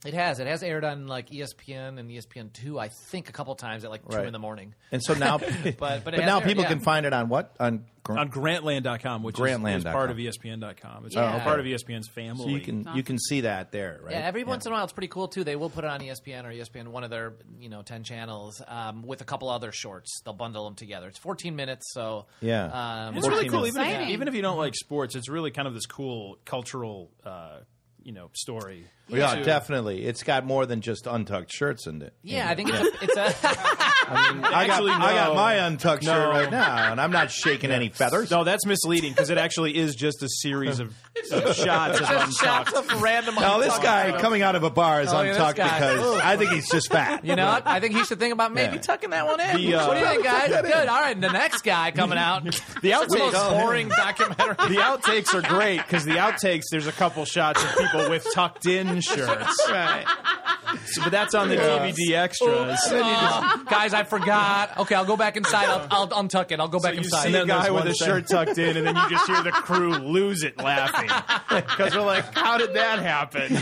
S5: It has. It has aired on like E ESPN and ESPN two, I think, a couple times at like two
S2: Right.
S5: in the morning.
S2: And so now,
S5: But-
S2: but,
S5: but it
S2: now
S5: has air,
S2: people
S5: yeah.
S2: can find it on what on. Gr-
S4: on grantland.com, which is-
S2: Grantland.com.
S4: is, part of E ESPN.com. It's
S5: Yeah.
S4: part of E ESPN's family.
S2: so you can you can see that there, right?
S5: Yeah, every once in a while, it's pretty cool too. They will put it on E ESPN or ESPN one of their you know ten channels um, with a couple other shorts. They'll bundle them together. It's fourteen minutes, so
S2: Yeah.
S5: um,
S4: It's really
S2: 14
S4: cool,
S1: minutes.
S4: even if,
S1: Exciting.
S4: even if you don't like sports. It's really kind of this cool cultural, uh, you know, story.
S2: Yeah, definitely. It's got more than just untucked shirts in it.
S5: yeah, I think it's a, it's a
S2: I got
S4: Actually,
S2: I got
S4: no.
S2: my untucked
S4: No.
S2: shirt right now, and I'm not shaking any feathers.
S4: No, that's misleading because it actually is just a series of of shots of
S5: just shots of random.
S2: Now this
S5: untucked
S2: guy
S5: photos.
S2: coming out of a bar is
S5: Oh, yeah, this
S2: untucked
S5: guy.
S2: because I think he's just fat.
S5: You know, I think he should think about maybe
S2: Yeah.
S5: tucking that one in.
S4: The, uh,
S5: what do you think, guys? Good. All right, and the next guy coming out. the
S4: outtake-
S5: most
S2: oh,
S5: boring documentary.
S4: the outtakes are great because the outtakes there's a couple shots of people with tucked in shirts,
S2: right.
S4: So- but that's on the DVD extras.
S5: Oh, guys, I forgot. Okay, I'll go back inside. I'll, I'll untuck it. I'll go back
S4: you
S5: inside.
S4: see a guy
S2: there's
S4: with
S2: one
S4: a
S2: thing.
S4: shirt tucked in, and then you just hear the crew lose it laughing because we're like, "How did that happen?"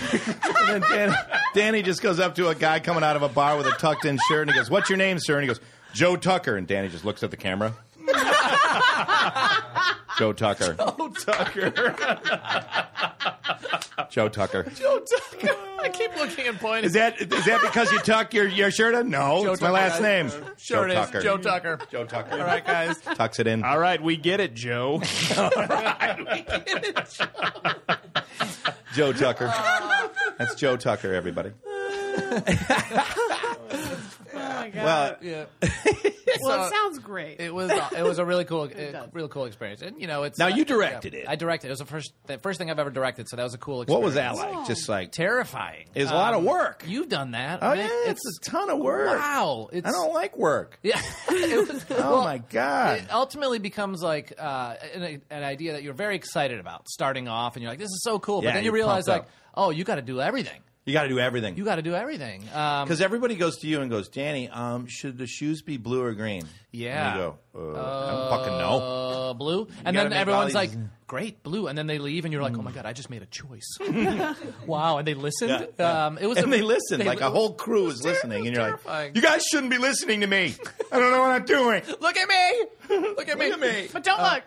S2: And then Dan, Danny just goes up to a guy coming out of a bar with a tucked in shirt and he goes, What's your name, sir? And he goes, Joe Tucker. And Danny just looks at the camera. Joe Tucker.
S4: Tucker,
S2: Joe Tucker.
S5: I keep looking and pointing.
S2: Is that is that because you tuck your, your shirt in? No,
S5: Joe
S2: it's my
S5: Tucker.
S2: last name.
S5: sure it is.
S2: Tucker.
S5: Joe Tucker.
S2: Joe Tucker.
S5: All right, guys.
S2: Tucks it in.
S4: all right, we get it, Joe.
S2: Joe Tucker. That's Joe Tucker, everybody.
S1: Oh my God.
S2: Well,
S5: Yeah.
S1: well,
S5: so-
S1: it sounds great.
S5: It was it was a really cool, uh,
S1: does.
S5: real cool experience. And you know, it's
S2: Now,
S5: uh,
S2: you directed it.
S5: I directed. It was the first the first thing I've ever directed, so that was a cool. experience.
S2: what was that like?
S1: Oh.
S2: Just like
S5: Terrifying. Um,
S2: It's a lot of work.
S5: You've done that.
S2: Oh
S5: I mean,
S2: yeah, it's, a ton of work.
S5: Wow. It's
S2: I don't like work.
S5: Yeah. it was,
S2: Oh my god.
S5: It ultimately becomes like uh, an, an idea that you're very excited about starting off, and you're like, "This is so cool," but
S2: Yeah,
S5: then you
S2: you're
S5: realize,
S2: pumped
S5: like,
S2: up.
S5: "Oh, you got to do everything.
S2: You got to do everything.
S5: You got to do everything." Um,
S2: Because everybody goes to you and goes, Danny, um, should the shoes be blue or green?
S5: Yeah.
S2: And you go, uh, I don't fucking know.
S5: uh, blue, and
S2: gotta
S5: then
S2: make all
S5: everyone's
S2: these-
S5: like, "Great, blue," and then they leave, and you're like, "Oh my god, I just made a choice." wow, and they listened.
S2: Yeah, yeah.
S5: Um, it was,
S2: And
S5: a-
S2: they listen,
S5: they-
S2: like a whole crew is listening, and you're
S5: terrifying.
S2: like, "You guys shouldn't be listening to me. I don't know what I'm doing."
S5: Look at me! Look at me! Uh,
S1: but don't look.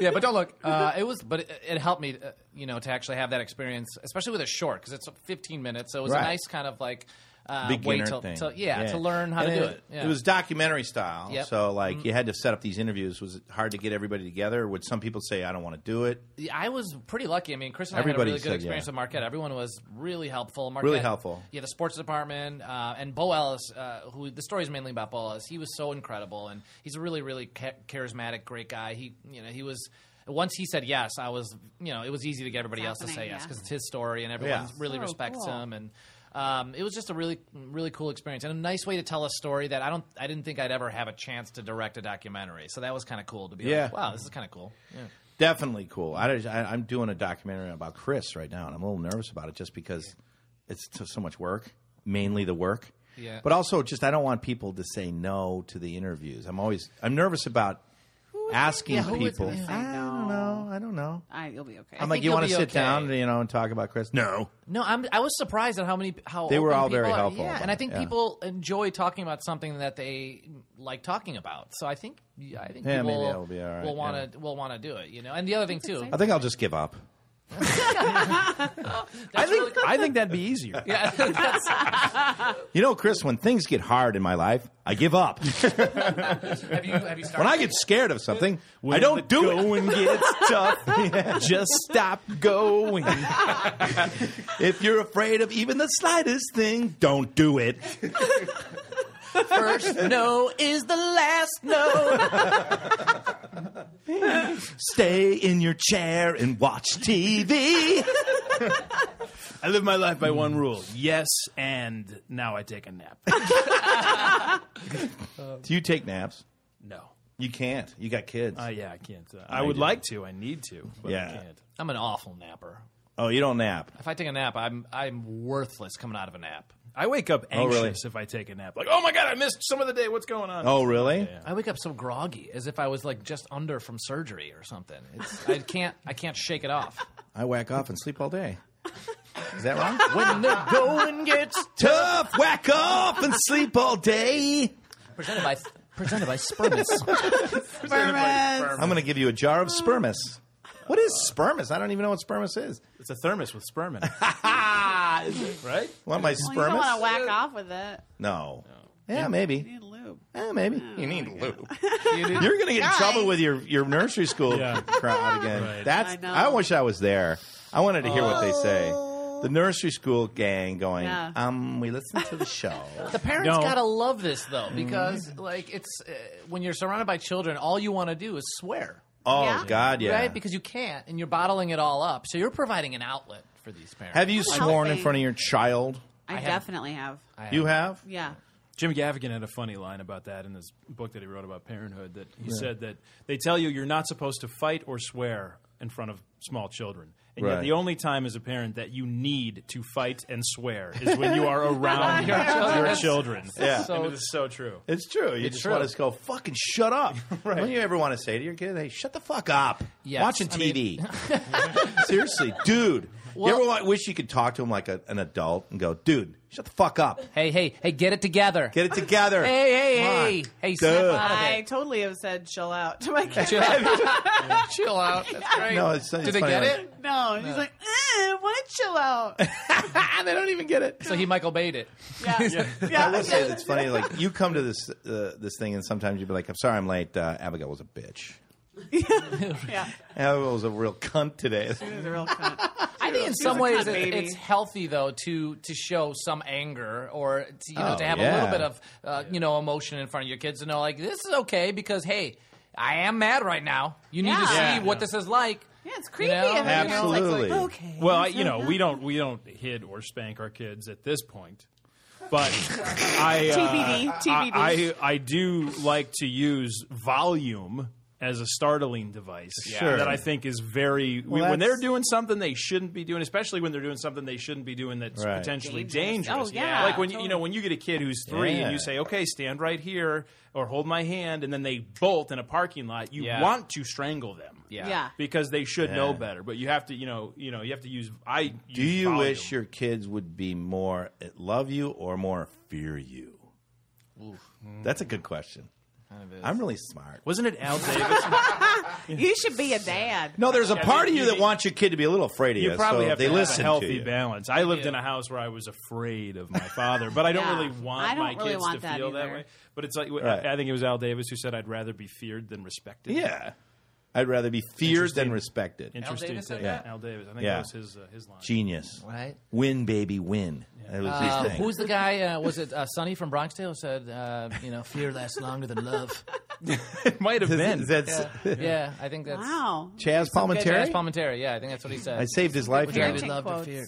S5: yeah, but don't look. Uh, it was, but it, it helped me, uh, you know, to actually have that experience, especially with a short because it's 15 minutes. So it was a
S2: Right.
S5: nice kind of like uh, way
S2: Beginner
S5: to,
S2: thing.
S5: to- yeah, to learn how
S2: And
S5: to do it. Yeah.
S2: It was documentary style,
S5: Yep. Mm.
S2: so like you had to set up these interviews. Was it hard to get everybody together? Would some people say, "I don't want to do it"?
S5: Yeah, I was pretty lucky. I mean, Chris and I had a
S2: Everybody
S5: really good
S2: said,
S5: experience
S2: yeah.
S5: with Marquette. Everyone was really helpful. Marquette,
S2: Really helpful.
S5: Yeah, the sports department uh, and Bo Ellis, uh, who the story is mainly about Bo Ellis. He was so incredible, and he's a really, really cha- charismatic, great guy. He, you know, he was. Once he said yes, I was, you know, it was easy to get everybody else to say
S1: happening,
S5: yes
S1: yeah.
S5: because it's his story and everyone
S2: Yeah.
S5: really
S1: So
S5: respects
S1: cool.
S5: him and. Um, it was just a really, really cool experience and a nice way to tell a story that I don't, I didn't think I'd ever have a chance to direct a documentary. So that was kind of cool to be
S2: Yeah.
S5: like, wow, this is kind of cool. Yeah.
S2: Definitely cool. I, I, am doing a documentary about Chris right now, and I'm a little nervous about it just because it's t- so much work, mainly the work.
S5: Yeah.
S2: But also, just I don't want people to say no to the interviews. I'm always I'm nervous about asking
S5: yeah, who is
S2: people.
S5: gonna say
S2: I don't know. I don't know.
S1: I, you'll be okay.
S2: I'm like,
S5: think
S2: you
S5: you'll
S2: want
S5: be
S2: to sit
S5: okay."
S2: down, you know, and talk about Chris? No.
S5: No, I'm, I was surprised at how many how
S2: They were
S5: open
S2: all
S5: people
S2: very
S5: are.
S2: helpful
S5: Yeah,
S2: about
S5: and I
S2: it,
S5: think
S2: yeah.
S5: people enjoy talking about something that they like talking about. So I think yeah, I think
S2: Yeah,
S5: people
S2: maybe
S5: will-
S2: that'll be all right,
S5: will want to will want to do it. You know, and the other thing too.
S2: I think I'll just give up.
S6: I think I think that'd be easier.
S5: Yeah, that's-
S2: You know, Chris, when things get hard in my life, I give up.
S5: have you have you started?
S2: when I get scared of something, I don't do it.
S6: going gets tough. Just stop going.
S2: If you're afraid of even the slightest thing, don't do it.
S5: first no is the last no.
S2: Stay in your chair and watch TV.
S4: I live my life by one
S2: Mm.
S4: rule: yes, and now I take a nap.
S2: Do you take naps?
S4: no,
S2: You can't. You got kids.
S4: uh, yeah, I can't. Uh, I would like to. I need to, but
S2: Yeah.
S4: I can't.
S5: I'm an awful napper.
S2: oh, you don't nap.
S5: If I take a nap, I'm I'm worthless coming out of a nap.
S4: I wake up
S2: Oh,
S4: anxious
S2: really?
S4: if I take a nap. Like, oh my god, I missed some of the day. What's going on?
S2: Oh, really?
S5: I wake up so groggy, as if I was like just under from surgery or something. It's, I can't I can't shake it off.
S2: I whack off and sleep all day. Is that wrong?
S5: When the going gets
S2: Tough. Whack off and sleep all day.
S5: presented by presented by Spermus.
S1: Burmans.
S2: I'm going to give you a jar of spermus. What is spermus? I don't even know what spermus is.
S4: It's a thermos with sperm in it, right?
S2: Want my
S1: Well, you don't want to
S2: spermus?
S1: whack off with it.
S2: No. Yeah, maybe.
S1: You need lube.
S2: Eh, maybe. You need lube. You're going to get in
S1: Guys.
S2: trouble with your, your nursery school
S4: Yeah.
S2: crowd again.
S4: Right.
S2: That's
S1: I know.
S2: I, wish I was there. I wanted to hear what they say. The nursery school gang going,
S1: Oh. Yeah.
S2: um, we listen to the show.
S5: the parents
S4: No.
S5: gotta love this though,
S2: Mm-hmm.
S5: because like it's uh, when you're surrounded by children, all you want to do is swear,
S2: oh,
S1: Yeah.
S2: God, yeah.
S5: right? Because you can't, and you're bottling it all up. So you're providing an outlet for these parents.
S2: have you
S1: It's
S2: sworn in
S1: healthy.
S2: front of your child?
S1: I,
S5: have-
S1: definitely have.
S5: I
S2: You have?
S1: Yeah.
S4: Jim Gaffigan had a funny line about that in his book that he wrote about parenthood. That he said that they tell you you're not supposed to fight or swear in front of small children, and
S2: Right.
S4: yet the only time as a parent that you need to fight and swear is when you are around your
S5: children.
S4: children.
S2: Yeah.
S4: and it is so true.
S2: It's true. You just
S5: true.
S2: want to go, fucking shut up. Don't you ever want to say to your kid, hey, shut the fuck up.
S5: Yes.
S2: Watching
S5: I mean-
S2: TV. Seriously, dude.
S5: Well-
S2: you ever wa- wish you could talk to him like a, an adult and go, dude, shut the fuck up.
S5: Hey, hey, hey! Get it together.
S2: Get it together.
S5: hey, hey,
S2: Come on.
S5: hey, hey! Snap
S2: Dude.
S5: out of
S1: I
S5: it.
S1: totally have said chill out to my kid.
S5: Chill out. Chill out. That's great.
S2: No, it's- it's
S5: Do they
S2: funny,
S5: get
S2: like-
S5: it?
S1: No, he's like, eh, what? Chill out.
S2: they don't even get it.
S5: So he Michael Bayed it.
S1: Yeah, yeah.
S2: I will say it's funny. Like you come to this uh, this thing, and sometimes you'd be like, "I'm sorry, I'm late." Uh, Abigail was a bitch.
S1: yeah.
S2: Abigail was a real cunt today.
S1: He was a real cunt. I
S5: I
S1: She
S5: think in
S1: was
S5: some
S1: a
S5: ways
S1: cunt
S5: it,
S1: baby.
S5: it's healthy though to to show some anger or to, you know
S2: Oh,
S5: to have a
S2: yeah.
S5: little bit of uh, you know emotion in front of your kids to know like this is okay because hey I am mad right now you need
S1: Yeah.
S5: to see
S1: Yeah.
S5: what this is like
S1: Yeah, it's creepy.
S5: You know?
S1: and then, you know, it's like,
S2: Absolutely.
S1: okay.
S4: Well, I, you know, we don't we don't hit or spank our kids at this point, but I, uh,
S1: TBD, TBD.
S4: I I I do like to use volume as a startling device
S2: Sure.
S4: that I think is very
S2: Well,
S4: when they're
S2: that's-
S4: doing something they shouldn't be doing, especially when they're doing something they shouldn't be doing that's
S2: Right.
S4: potentially
S1: Dangerous.
S4: dangerous.
S1: Oh, yeah,
S4: like when you- you know
S1: totally.
S4: when you get a kid who's three
S2: Yeah.
S4: and you say, "Okay, stand right here," or "Hold my hand," and then they bolt in a parking lot, you
S5: Yeah.
S4: want to strangle them
S1: Yeah.
S4: because they should know
S2: Yeah.
S4: better. But you have to, you know, you know, you have to use. I
S2: Do you wish your kids would be more at love you or more fear you? That's a good question. I'm really smart.
S4: wasn't it Al Davis?
S1: You should be a dad.
S2: No, there's a part of
S4: you
S2: you that
S4: need-
S2: wants your kid to be a little afraid of you.
S4: you probably
S2: so
S4: have
S2: they
S4: to
S2: listen
S4: have a healthy
S2: to you.
S4: balance. I lived in a house where I was afraid of my father, but I don't
S1: Yeah.
S4: really want
S1: I don't
S4: my
S1: really
S4: kids
S1: want
S4: to
S1: that
S4: feel that
S1: either.
S4: way. But it's like
S2: Right.
S4: I think it was Al Davis who said, "I'd rather be feared than respected."
S2: Yeah. I'd rather be feared than respected.
S4: interesting
S5: Davis said
S4: thing.
S5: that?
S4: Al Davis. I think
S2: Yeah.
S4: that was his uh, his line.
S2: Genius.
S5: right
S2: Win, baby, win. That was his
S5: Uh,
S2: thing.
S5: who's the guy? Uh, was it uh, Sonny from Bronxdale said, uh, you know, fear lasts longer than love.
S4: It might have been.
S2: That's
S5: yeah, I think that's
S1: Wow.
S2: Chaz
S5: Jazz
S2: Palmentary.
S5: Palminteri. Yeah, I think that's what he said.
S2: I saved his life.
S5: Fear
S2: John.
S5: to
S1: Parenting
S5: love to
S1: quotes.
S5: fear.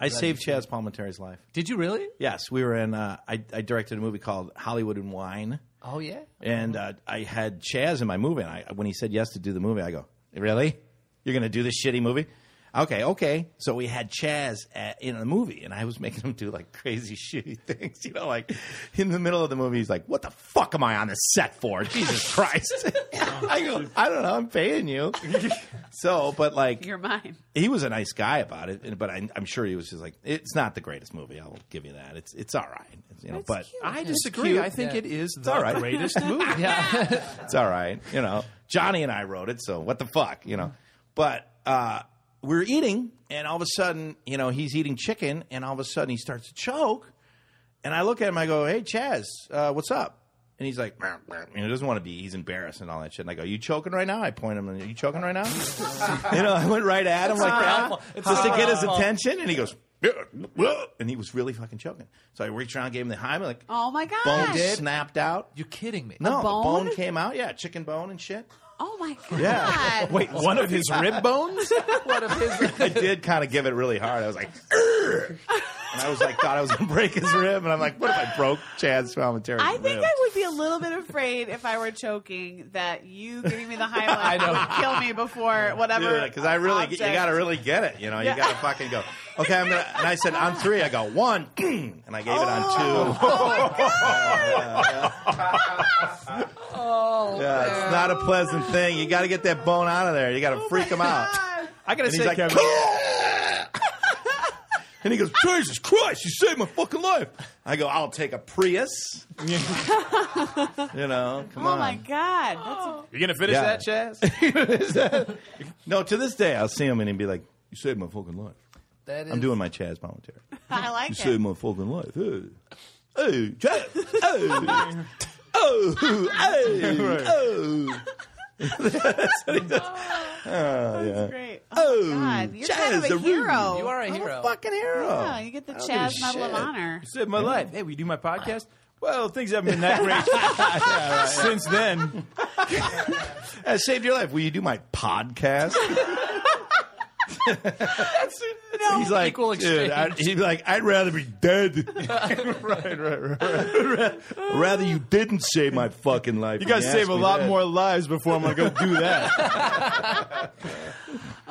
S2: I saved Chaz Palmentary's life.
S5: Did you really?
S2: Yes, we were in. Uh, I, I directed a movie called Hollywood and Wine,
S5: Oh yeah.
S2: and uh, I had Chaz in my movie. And I, when he said yes to do the movie, I go, "Really? You're going to do this shitty movie?" Okay, okay. So we had Chaz at, in the movie, and I was making him do like crazy shitty things. You know, like in the middle of the movie, he's like, "What the fuck am I on the set for? Jesus Christ!" I go, "I don't know. I'm paying you." so, but like,
S1: You're mine.
S2: he was a nice guy about it, and- but I, I'm sure he was just like, it's not the greatest movie. I'll give you that. It's it's all right, you know. but
S4: I disagree. I think
S5: Yeah.
S4: it is the
S2: all right.
S4: greatest movie.
S5: Yeah.
S2: it's all right, you know. Johnny and I wrote it, so what the fuck, you know. But uh, we're eating, and all of a sudden, you know, he's eating chicken, and all of a sudden he starts to choke, and I look at him, I go, "Hey, Chaz, uh, what's up?" And he's like, "Meow, meow," you know, doesn't want to be. He's embarrassed and all that shit. And I go, "You choking right now?" I point him, and "You choking right now?" you know, I went right at him like that, just to get his attention, and he goes. "Yeah, well," And he was really fucking choking. So I reached around, gave him the high, I'm like,
S1: Oh my gosh.
S2: bone snapped out.
S5: You're kidding me.
S2: No,
S1: bone?
S2: the bone came out. Yeah, chicken bone and shit.
S1: Oh my god.
S2: Yeah.
S4: Wait, one of his rib bones?
S5: What if his
S2: I did kind of give it really hard. I was like, "Urgh." and I was like, thought I was gonna break his rib, and I'm like, what if I broke Chad's commentary?
S1: I think
S2: rib?
S1: I would be a little bit afraid if I were choking that you giving me the highlight
S5: I know.
S1: would kill me before whatever.
S2: because I really,
S1: object.
S2: you gotta really get it. You know,
S1: Yeah.
S2: you gotta fucking go. Okay, I'm gonna. And I said on three, I go one, and I gave it on two.
S1: oh
S5: oh
S2: Yeah, it's not a pleasant thing. You gotta get that bone out of there. You
S1: Oh
S2: gotta freak him out.
S4: I gotta
S2: And
S4: say,
S2: he's like,
S4: Kevin,
S2: and he goes, Jesus Christ, you saved my fucking life. I go, I'll take a Prius. you know, come
S1: Oh
S2: on.
S1: my god. That's
S4: you gonna finish
S2: Yeah.
S4: that, Chaz?
S2: No, to this day, I'll see him and he'll be like, You saved my fucking life.
S5: that is,
S2: I'm doing my Chaz voluntary.
S1: a, I
S2: You
S1: like
S2: saved
S1: it.
S2: my fucking life. Hey. Hey, Chaz. Hey. Oh, hey, oh,
S1: That's great. Oh,
S2: Oh,
S1: my god. You're kind
S2: Chaz
S1: of a
S2: the Roo.
S1: hero.
S5: you are a
S2: I'm
S5: hero.
S2: a fucking hero.
S1: Yeah, you get the
S2: I don't give a
S1: Chaz Medal of
S2: Oh, shit.
S1: Honor.
S4: You saved my life. Hey, we do my podcast. Well, things haven't been that great since then.
S2: I saved Uh, your life. Will you do my podcast? he's like,
S5: Equal
S2: dude, I,
S5: exchange.
S2: he's like, I'd rather be dead. right, right, right. rather you didn't save my fucking life.
S4: You guys
S2: than
S4: save
S2: ask
S4: a
S2: me
S4: lot
S2: that.
S4: more lives before I'm gonna go do that.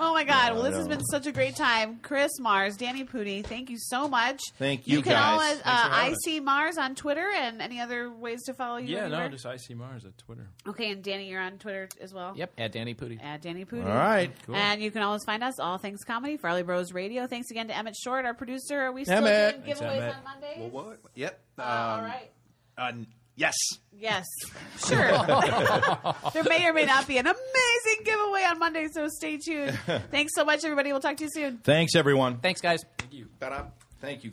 S1: Oh my God! Well, this has
S2: no.
S1: been such a great time. Chris Mars, Danny Pudi, thank you so much.
S2: Thank
S1: You
S2: you,
S1: can
S2: guys.
S1: always uh,
S2: Thanks for
S1: I
S2: having us.
S1: see Mars on Twitter and any other ways to follow you.
S4: yeah, no,
S1: anywhere?
S4: just IC Mars at Twitter.
S1: okay. And Danny, you're on Twitter as well.
S5: Yep, at Danny Pudi.
S1: At Danny Pudi.
S2: All right.
S1: And you can always find us all things comedy, Farley Bros Radio. Thanks again to Emmett Short, our producer. Are we still
S2: Emmett.
S1: doing
S4: Thanks,
S1: giveaways
S4: Emmett.
S1: on Mondays?
S3: what? Yep.
S1: Uh, all right.
S3: Uh, yes.
S1: Yes, sure. there may or may not be an amazing giveaway on Monday, so stay tuned. Thanks so much, everybody. We'll talk to you soon.
S2: Thanks, everyone.
S5: Thanks, guys.
S2: Thank you. Thank you.